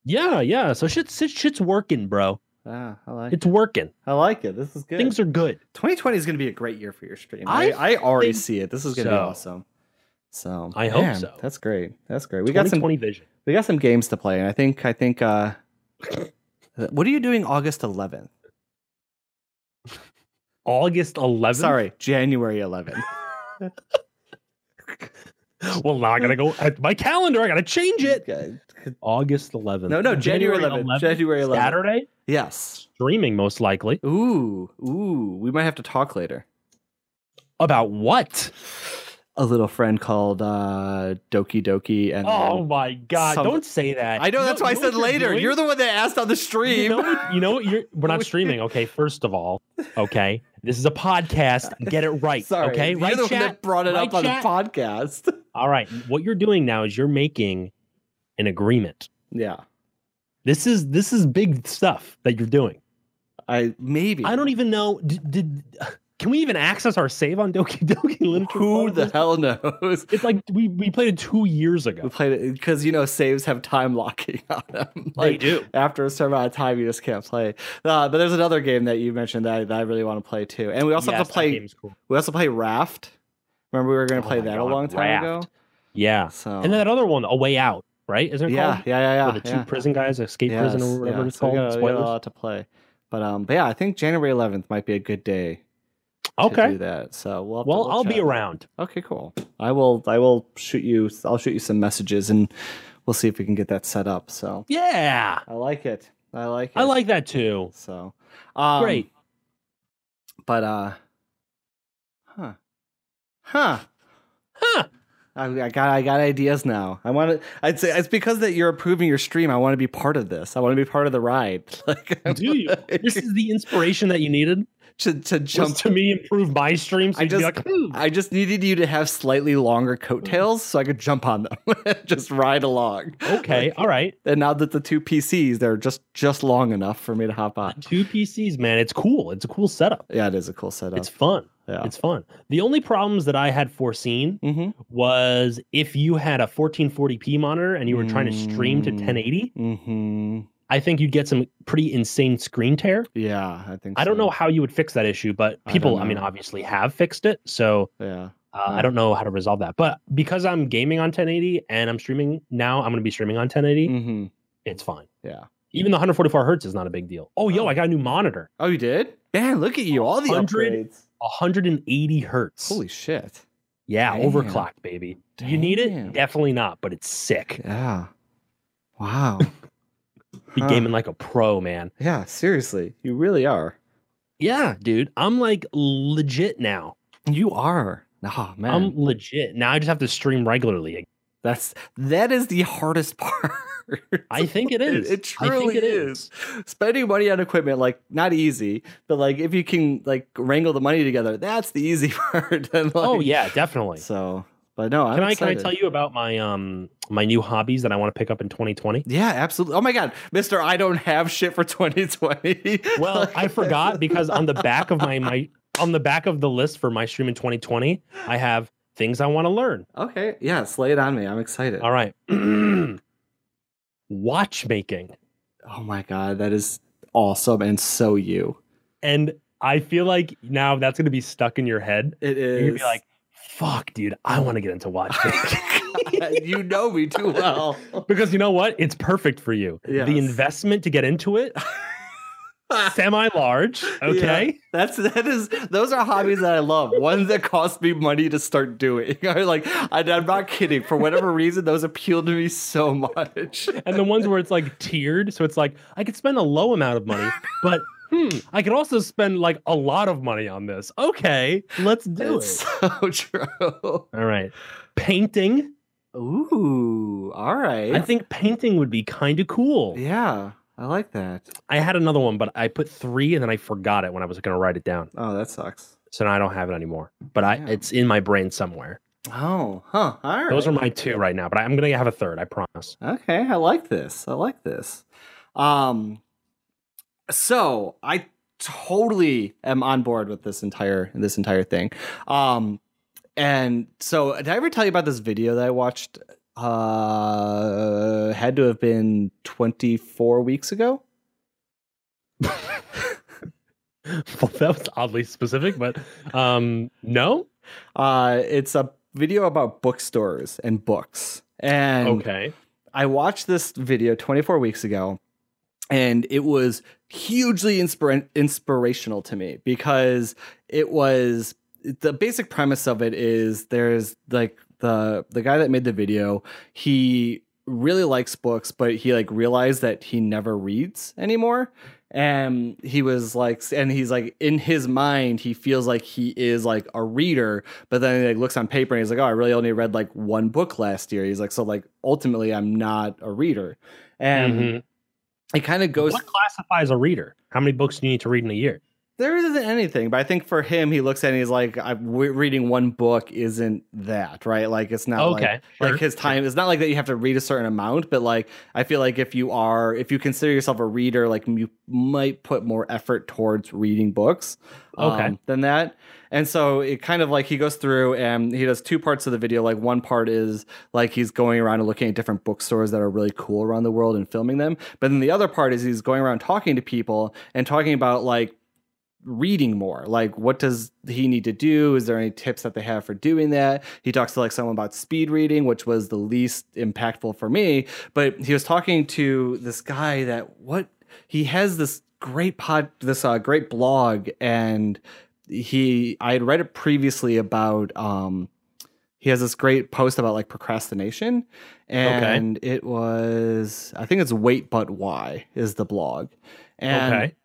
B: Yeah, yeah. So shit, shit shit's working, bro.
A: Ah, I like.
B: It's working.
A: I like it. This is good.
B: Things are good.
A: 2020 is going to be a great year for your stream.
B: I
A: I, I already
B: think
A: see it. This is going to be
B: so.
A: awesome. So
B: I hope so.
A: That's great. That's great. We got some
B: 20 vision.
A: we got some games to play, and I think I think. uh What are you doing August 11th?
B: August 11th.
A: Sorry, January 11th.
B: Well, now I gotta go. at My calendar. I gotta change it.
A: Okay.
B: August 11th.
A: No, no, January 11th. January 11th.
B: Saturday.
A: Yes.
B: Streaming most likely.
A: Ooh, ooh. We might have to talk later.
B: About what?
A: A little friend called uh Doki Doki, and
B: Oh my god!
A: Some-
B: Don't say that.
A: I know
B: Oh, You
A: that's why I
B: you what
A: said later.
B: doing?
A: You're the one that asked on the stream.
B: You know, what- you know what? You're. We're not streaming. Okay. First of all, okay. This is a podcast. Get it right.
A: Sorry.
B: Okay.
A: You're
B: Right.
A: the one
B: Chat?
A: that brought it
B: Right,
A: up on
B: chat?
A: the podcast.
B: All right. What you're doing now is you're making an agreement.
A: Yeah.
B: This is this is big stuff that you're doing.
A: I maybe.
B: I don't even know. Did, did can we even access our save on Doki Doki Literature? Club
A: Who
B: at
A: the
B: this
A: hell knows?
B: It's like we, we played it two years
A: We
B: ago.
A: played it because you know saves have time locking on them. Like
B: do.
A: after a certain amount of time, you just can't play. Uh, but there's another game that you mentioned that I, that I really want to play too, and we also have to play. We also play Raft. Remember, we were going to
B: Oh
A: play
B: my
A: that
B: God,
A: a long time
B: Raft.
A: ago.
B: Yeah,
A: So
B: and then that other one, A Way Out, right? Isn't it
A: yeah,
B: called?
A: yeah, yeah, yeah.
B: Where the two
A: yeah.
B: prison guys escape
A: Yes,
B: prison or whatever
A: yeah.
B: it's
A: So we
B: called.
A: got a- we got a
B: Spoilers.
A: lot to play, but um, but yeah, I think January 11th might be a good day. to do
B: Okay.
A: that. So we'll have to-
B: Well,
A: we'll
B: I'll
A: chat.
B: be around.
A: Okay, cool. I will. I will shoot you. I'll shoot you some messages, and we'll see if we can get that set up. So
B: Yeah,
A: I like it. I like it.
B: I like that too.
A: So um,
B: Great.
A: But uh, huh, huh.
B: Huh.
A: I, I got I got ideas now. I want to. I'd say it's because that you're approving your stream. I want to be part of this. I want to be part of the ride. Like
B: Do you? This is the inspiration that you needed
A: to to
B: just
A: jump
B: to me improve my stream. So
A: I
B: you'd be
A: just-
B: like, hmm,
A: I just needed you to have slightly longer coattails so I could jump on them, just ride along.
B: okay, all right.
A: And now that the two PCs, they're just just long enough for me to hop on.
B: Two PCs, man. It's cool. It's a cool setup.
A: Yeah, it is a cool setup.
B: It's fun.
A: yeah.
B: It's fun. The only problems that I had foreseen
A: mm-hmm.
B: was if you had a 1440p monitor and you were trying to stream to
A: Mm.
B: 1080,
A: Mm-hmm.
B: I think you'd get some pretty insane screen tear.
A: Yeah, I think.
B: I don't
A: so.
B: know how you would fix that issue, but
A: I
B: people,
A: don't
B: I, mean,
A: know. Mm.
B: obviously have fixed it. So
A: Yeah.
B: uh,
A: Huh.
B: I don't know how to resolve that. But because I'm gaming on 1080 and I'm streaming now, I'm going to be streaming on 1080.
A: Mm-hmm.
B: It's fine.
A: Yeah.
B: Even the 144 hertz is not a big deal. Oh, yo,
A: Oh.
B: I got a new monitor,
A: Oh, you did? Man, look at you! All the
B: 100
A: upgrades.
B: 180 hertz.
A: Holy shit!
B: yeah,
A: damn.
B: overclocked, baby. Do You need
A: Damn.
B: it? Definitely not, but it's sick.
A: Yeah. Wow.
B: Be
A: Huh.
B: gaming like a pro, man.
A: yeah. Seriously, you really are.
B: Yeah, dude. I'm like legit now.
A: You are. Oh man.
B: Um, I'm legit. Now I just have to stream regularly.
A: That's that is the hardest part. record.
B: I think it is.
A: It
B: I think
A: truly is. Spending money on equipment, like not easy, but like if you can like wrangle the money together, that's the easy part. And, like,
B: oh yeah, definitely.
A: So, but no, I'm
B: can I can I tell you about my um my new hobbies that I want to pick up in 2020?
A: Yeah, absolutely. Oh my god, Mister, I don't have shit for 2020.
B: Well,
A: Like,
B: I forgot because on the back of my my on the back of the list for my stream in 2020, I have things I want to learn.
A: Okay, yeah, slay it on me. I'm excited.
B: All right. Watchmaking.
A: Oh my god, that is awesome and so you.
B: And I feel like now that's going to be stuck in your head.
A: It
B: You're
A: is.
B: going to be like, fuck, dude, I want to get into watchmaking.
A: Uh, you know me too well.
B: because you know what? It's perfect for you.
A: Yes.
B: The investment to get into it, semi large.
A: Yeah.
B: Okay.
A: That's that is those are hobbies that I love. Ones that cost me money to start doing. like I, I'm not kidding. For whatever reason, those appeal to me so much.
B: And the ones where it's like tiered. So it's like, I could spend a low amount of money, but hmm, I could also spend like a lot of money on this. Okay. Let's do
A: It's
B: it.
A: so true.
B: All right. Painting.
A: Ooh, all right.
B: I think painting would be kind of cool.
A: yeah, I like that.
B: I had another one, but I put three and then I forgot it when I was going to write it down.
A: Oh, that sucks.
B: So now I don't have it anymore. But I
A: Yeah.
B: it's in my brain somewhere.
A: Oh, huh. All right.
B: Those are my two right now, but I'm going to have a third, I promise.
A: Okay, I like this. I like this. Um so I totally am on board with this entire this entire thing. Um and so did I ever tell you about this video that I watched uh had to have been 24 weeks ago?
B: Well, that was oddly specific, but um no.
A: Uh it's a video about bookstores and books. And
B: Okay.
A: I watched this video 24 weeks ago and it was hugely inspira- inspirational to me because it was the basic premise of it is there's like the the guy that made the video he really likes books but he like realized that he never reads anymore and he was like and he's like in his mind he feels like he is like a reader but then he like looks on paper and he's like oh i really only read like one book last year he's like so like ultimately i'm not a reader and
B: Mhm.
A: it kind of goes
B: what classifies a reader? How many books do you need to read in a year?
A: there isn't anything but i think for him he looks at it and he's like I, we reading one book isn't that right like it's not like
B: okay. sure,
A: like his time it's not like that you have to read a certain amount but like i feel like if you are if you consider yourself a reader like you might put more effort towards reading books um,
B: Okay.
A: than that and so it kind of like he goes through and he does two parts of the video like one part is like he's going around and looking at different bookstores that are really cool around the world and filming them but then the other part is he's going around talking to people and talking about like reading more like what does he need to do is there any tips that they have for doing that he talks to like someone about speed reading which was the least impactful for me but he was talking to this guy that what he has this great pod this uh, great blog and he i had read it previously about um he has this great post about like procrastination and it was i think it's wait but why is the blog and
B: okay.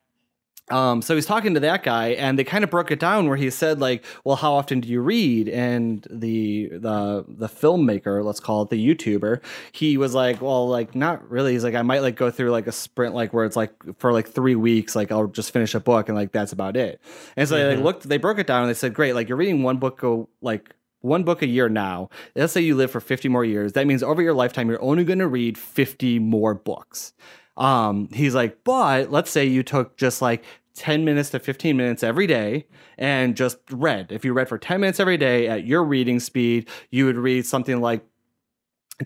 A: um, so he's talking to that guy, and they kind of broke it down where he said, like, well, how often do you read? And the the the filmmaker, let's call it the YouTuber, he was like, well, like, not really. He's like, I might like go through like a sprint, like where it's like for like three weeks, like I'll just finish a book, and like that's about it. And so they like,
B: Mhm.
A: looked, they broke it down, and they said, great, like you're reading one book, go like one book a year now. Let's say you live for 50 more years. That means over your lifetime, you're only going to read 50 more books. Um, he's like, but let's say you took just like 10 minutes to 15 minutes every day and just read. If you read for 10 minutes every day at your reading speed, you would read something like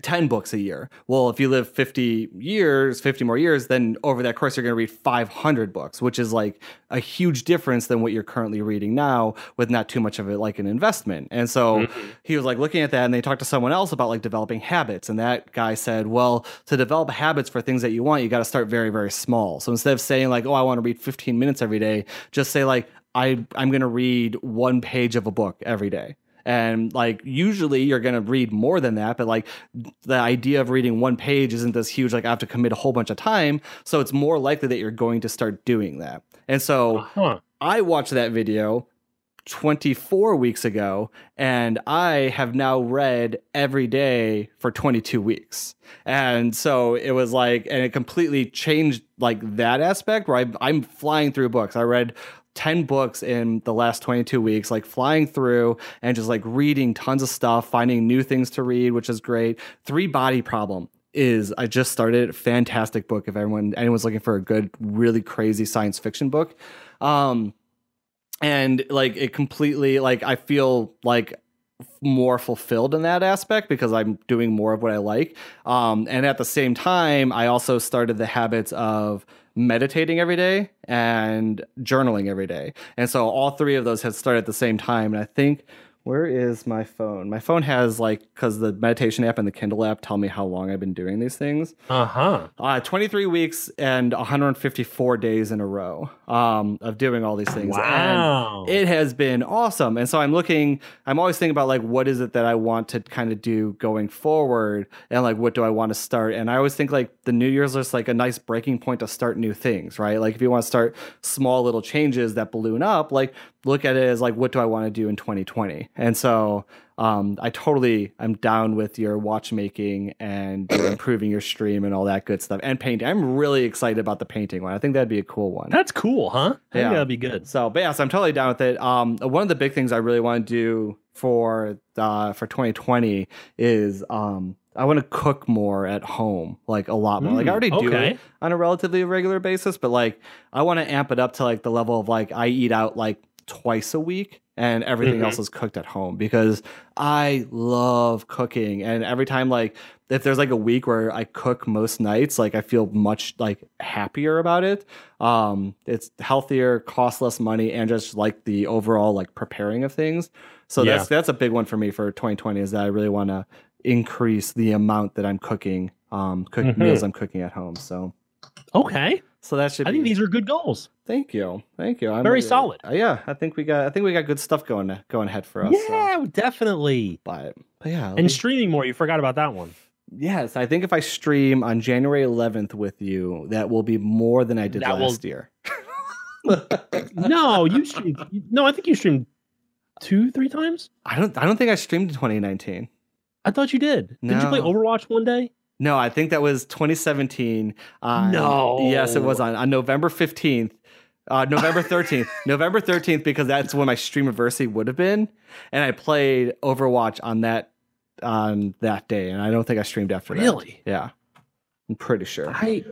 A: 10 books a year. Well, if you live 50 years, 50 more years, then over that course, you're going to read 500 books, which is like a huge difference than what you're currently reading now with not too much of it like an investment. And so he was like looking at that and they talked to someone else about like developing habits. And that guy said, well, to develop habits for things that you want, you got to start very, very small. So instead of saying like, oh, I want to read 15 minutes every day, just say like, I, I'm going to read one page of a book every day. And like usually you're gonna read more than that, but like the idea of reading one page isn't this huge. Like I have to commit a whole bunch of time, so it's more likely that you're going to start doing that. And so
B: Huh.
A: I watched that video, 24 weeks ago, and I have now read every day for 22 weeks. And so it was like, and it completely changed like that aspect where I, I'm flying through books. I read 10 books in the last 22 weeks, like flying through and just like reading tons of stuff, finding new things to read, which is great. Three Body Problem is I just started fantastic book if everyone anyone's looking for a good really crazy science fiction book. Um and like it completely like I feel like more fulfilled in that aspect because I'm doing more of what I like. Um, and at the same time, I also started the habits of meditating every day and journaling every day. And so all three of those had started at the same time. And I think, where is my phone? My phone has like, because the meditation app and the Kindle app tell me how long I've been doing these things
B: Uh huh.
A: uh, 23 weeks and 154 days in a row um, of doing all these things.
B: Wow.
A: And it has been awesome. And so I'm looking, I'm always thinking about like, what is it that I want to kind of do going forward? And like, what do I want to start? And I always think like the New Year's is like a nice breaking point to start new things, right? Like, if you want to start small little changes that balloon up, like, look at it as like, what do I want to do in 2020? And so um, I totally am down with your watchmaking and your improving your stream and all that good stuff and painting. I'm really excited about the painting one. I think that'd be a cool one.
B: That's cool, huh? I
A: Yeah.
B: think that'll be good.
A: So, but yeah, so I'm totally down with it. Um, one of the big things I really want to do for uh, for 2020 is um, I want to cook more at home, like a lot more. like I
B: Mm,
A: already do
B: okay.
A: it on a relatively regular basis, but like I want to amp it up to like the level of like I eat out like twice a week and everything
B: Mhm.
A: else is cooked at home because I love cooking and every time like if there's like a week where I cook most nights like I feel much like happier about it um it's healthier costs less money and just like the overall like preparing of things so
B: Yeah.
A: that's that's a big one for me for 2020 is that I really want to increase the amount that I'm cooking um cook
B: Mhm.
A: meals I'm cooking at home so
B: Okay.
A: so that should
B: I
A: be.
B: think these are good goals.
A: thank you, thank you. I'm
B: Very solid.
A: Uh, yeah, I think we got. I think we got good stuff going going ahead for us. so.
B: Yeah, definitely.
A: But, but yeah, it'll
B: And
A: be-
B: streaming more. You forgot about that one.
A: yes, I think if I stream on January 11th with you, that will be more than I did
B: That will-
A: last year.
B: No, you streamed. you- No, I think you streamed two, three times.
A: I don't. I don't think I streamed in 2019.
B: I thought you did. Did you play
A: No.
B: Overwatch one day?
A: No, I think that was 2017. on-
B: No.
A: Yes, it was on, on November 15th. Uh, November 13th. November 13th, because that's when my streamiversity would have been. And I played Overwatch on that on that day. And I don't think I streamed after
B: Really?
A: that. Yeah. I'm pretty sure.
B: I,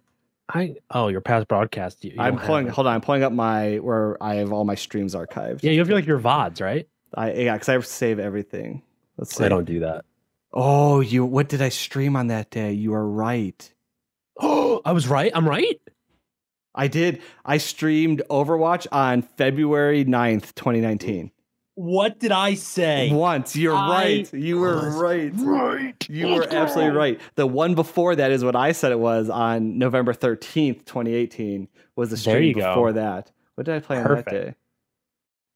B: I. Oh, your past broadcast. You, you
A: I'm
B: don't have
A: pulling
B: it.
A: hold on, I'm pulling up my where I have all my streams archived.
B: Yeah, you have like your vods, right?
A: I yeah, because I save everything. Let's see.
B: do that.
A: Oh, you what did I stream on that day? You are right.
B: Oh, I was right. I'm right.
A: I did. I streamed Overwatch on February 9th, 2019.
B: What did I say?
A: Once. You're
B: I
A: right. You were
B: was
A: right.
B: Right.
A: You were absolutely right. The one before that is what I said it was on November 13th, 2018 was the
B: There
A: stream
B: you go.
A: before that. What did I play on
B: Perfect.
A: that day?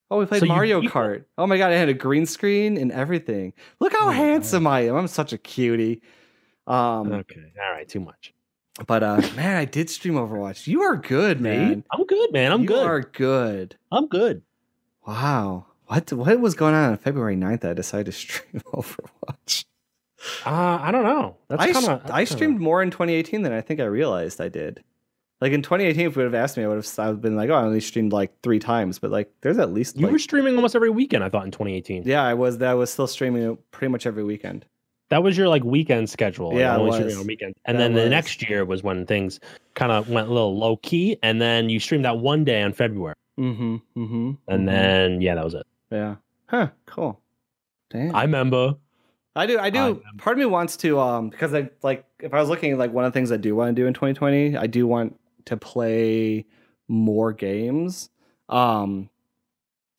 A: Oh, we played
B: So you
A: Mario
B: beat-
A: Kart. Oh my god, I had a green screen and everything. Look how
B: Oh my God.
A: handsome I am. I'm such a cutie. Um,
B: Okay. All right. Too much.
A: but uh man, I did stream Overwatch. You are good, man.
B: I'm good, man. I'm
A: you
B: good.
A: are good.
B: I'm good.
A: Wow. What what was going on on February 9th that I decided to stream Overwatch?
B: Uh, I don't know. That's
A: I,
B: kind
A: s-
B: of.
A: I streamed more in 2018 than I think I realized I did. Like in 2018, if you would have asked me, I would have s- I would have been like, oh, I only streamed like three times. But like, there's at least
B: You
A: like,
B: were streaming almost every weekend. I thought in 2018.
A: yeah, I was that was still streaming pretty much every weekend.
B: That was your like weekend schedule. like,
A: Yeah, it
B: only streaming
A: was.
B: on weekend. And
A: That
B: then
A: was.
B: the next year was when things kind of went a little low key. And then you streamed that one day on February.
A: Mm-hmm. Mm-hmm.
B: And then yeah, that was it.
A: yeah, huh? Cool. Damn.
B: I remember.
A: I do. I do.
B: I am-
A: part of me wants to, um, because I like if I was looking at like one of the things I do want to do in 2020, I do want to play more games. Um,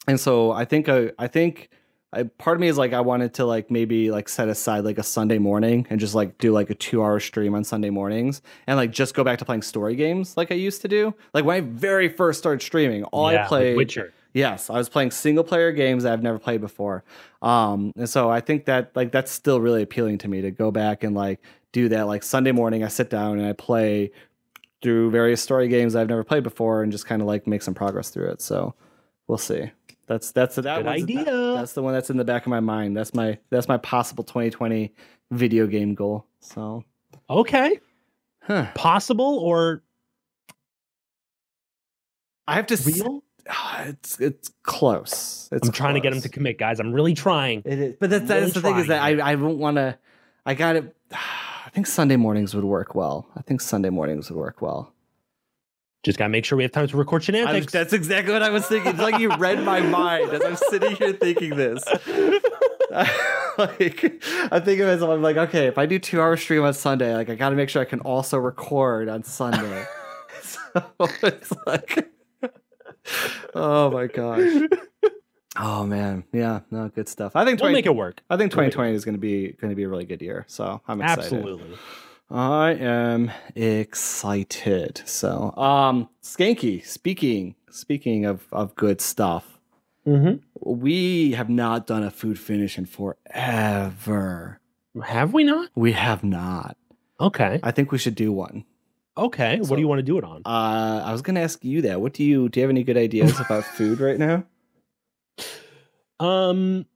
A: and so I think I, I think I, part of me is like I wanted to like maybe like set aside like a Sunday morning and just like do like a two hour stream on Sunday mornings and like just go back to playing story games like I used to do. Like when I very first started streaming, all
B: yeah,
A: I
B: like
A: played
B: Witcher.
A: Yes, I was playing single player games that I've never played before. Um, and so I think that like that's still really appealing to me to go back and like do that. Like Sunday morning, I sit down and I play through various story games I've never played before and just kind of like make some progress through it. So we'll see. That's that's that
B: Good
A: one's-
B: idea.
A: that- that's the one that's in the back of my mind. That's my that's my possible 2020 video game goal. So,
B: Okay,
A: huh.
B: possible or
A: I have to. s-
B: real?
A: it's it's close. It's
B: I'm trying to get him
A: close.
B: to commit, guys. I'm really trying.
A: It is, but that's,
B: really
A: that's the thing is that
B: trying
A: I I won't want to. I got to I think Sunday mornings would work well. I think Sunday mornings would work well.
B: Just gotta make sure we have time to record
A: I was-
B: shenanigans.
A: that's exactly what I was thinking. It's like you read my mind as I'm sitting here thinking this. like I think of myself, I'm like, okay, if I do two hour stream on Sunday, like I got to make sure I can also record on Sunday. so it's like, oh my gosh, oh man, yeah, no, good stuff. I think
B: We'll
A: 20,
B: make it work.
A: I think 2020 is going to be going to be a really good year. So I'm excited.
B: Absolutely.
A: I am excited. So, um, Skanky, speaking speaking of of good stuff,
B: Mm-hmm.
A: we have not done a food finish in forever.
B: Have we not?
A: We have not.
B: Okay.
A: I think we should do one.
B: Okay.
A: So-
B: what do you want to do it on?
A: Uh, I was going to ask you that. What do you do? You have any good ideas about food right now?
B: Um.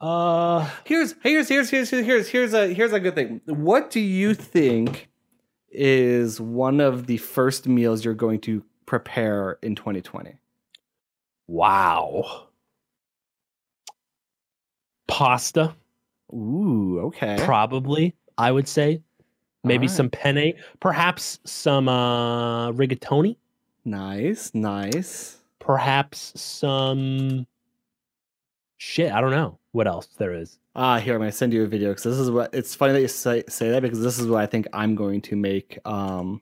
B: Uh.
A: Here's here's here's here's here's here's a here's a good thing. What do you think is one of the first meals you're going to prepare in 2020?
B: Wow. Pasta,
A: Ooh, okay.
B: probably. I would say maybe
A: Alright.
B: some penne, perhaps some uh, rigatoni,
A: Nice, nice.
B: perhaps some shit. I don't know what else there is.
A: Ah, here I'm gonna send you a video because this is what it's funny that you say, say that because this is what I think I'm going to make. Um,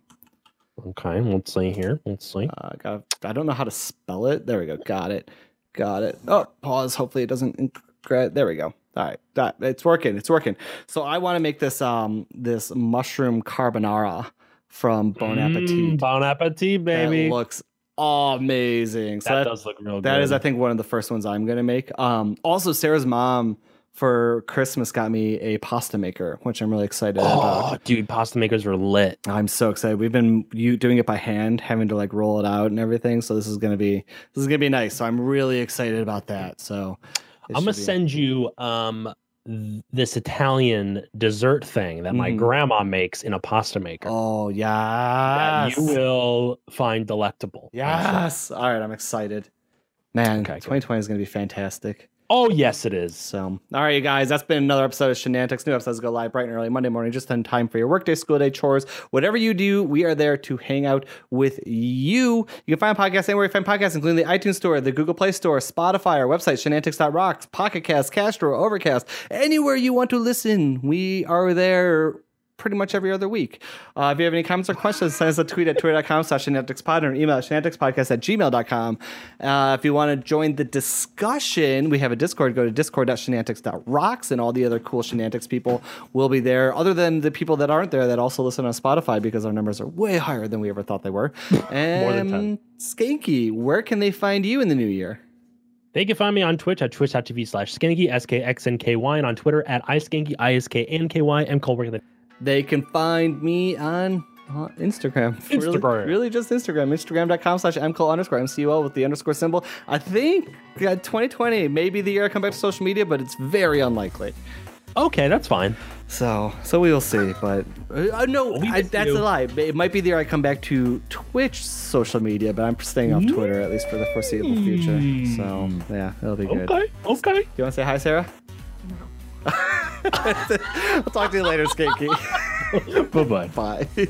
B: Okay, let's see here. Let's see.
A: uh, got, I don't know how to spell it. There we go. Got it. Got it. Oh, pause. Hopefully it doesn't. inc- There we go. All right, that, it's working. It's working. So I want to make this um this mushroom carbonara from Bon Appetit.
B: Mm, bon appetit, baby.
A: That looks amazing. So that,
B: does look real
A: That is, I think, one of the first ones I'm gonna make. Um, also, Sarah's mom for Christmas got me a pasta maker, which I'm really excited
B: oh,
A: about.
B: dude, pasta makers are lit.
A: I'm so excited. We've been you doing it by hand, having to like roll it out and everything. So this is gonna be this is gonna be nice. So I'm really excited about that. So it
B: I'm gonna
A: should be-
B: send you um th- this Italian dessert thing that my
A: Mhm.
B: grandma makes in a pasta maker.
A: Oh
B: that
A: yes,
B: you will find delectable. I'm sure.
A: yes. All right, I'm excited. Man,
B: Okay, cool.
A: 2020 is gonna be fantastic.
B: Oh yes, it is.
A: So, all right, you guys, that's been another episode of Shenantics. New episodes go live bright and early Monday morning, just in time for your workday, school day, chores, whatever you do. We are there to hang out with you. You can find podcasts anywhere you find podcasts, including the iTunes Store, the Google Play Store, Spotify, our website, shenantics.rocks, Pocket Cast, Castro, Overcast, anywhere you want to listen. We are there pretty much every other week. Uh, if you have any comments or questions, send us a tweet at twitter.com slash shenanticspod or an email at shenanticspodcast at gmail.com. Uh, if you want to join the discussion, we have a Discord. Go to discord.shenantics.rocks and all the other cool shenantics people will be there, other than the people that aren't there that also listen on Spotify because our numbers are way higher than we ever thought they were.
B: More than
A: And
B: 10.
A: Skanky, where can they find you in the new year?
B: They can find me on Twitch at twitch.tv slash skinky, S-K-X-N-K-Y, and on Twitter at iskinky, I-S-K-N-K-Y, M. Cole Working.
A: They can find me on uh, Instagram. Really- Really,
B: Instagram.
A: just Instagram. Instagram.com slash mcol underscore MCUL with the underscore symbol. I think uh, 2020 may be the year I come back to social media, but it's very unlikely.
B: Okay, that's fine.
A: So, so we will see. But uh, no,
B: We
A: I,
B: miss
A: that's
B: you.
A: a lie. It might be the year I come back to Twitch social media, but I'm staying off Twitter at least for the foreseeable future. So, yeah, it'll be good.
B: Hmm. Okay, okay.
A: Do you want to say hi, Sarah? No. I'll talk to you later, Skanky.
B: Bye-bye.
A: Bye.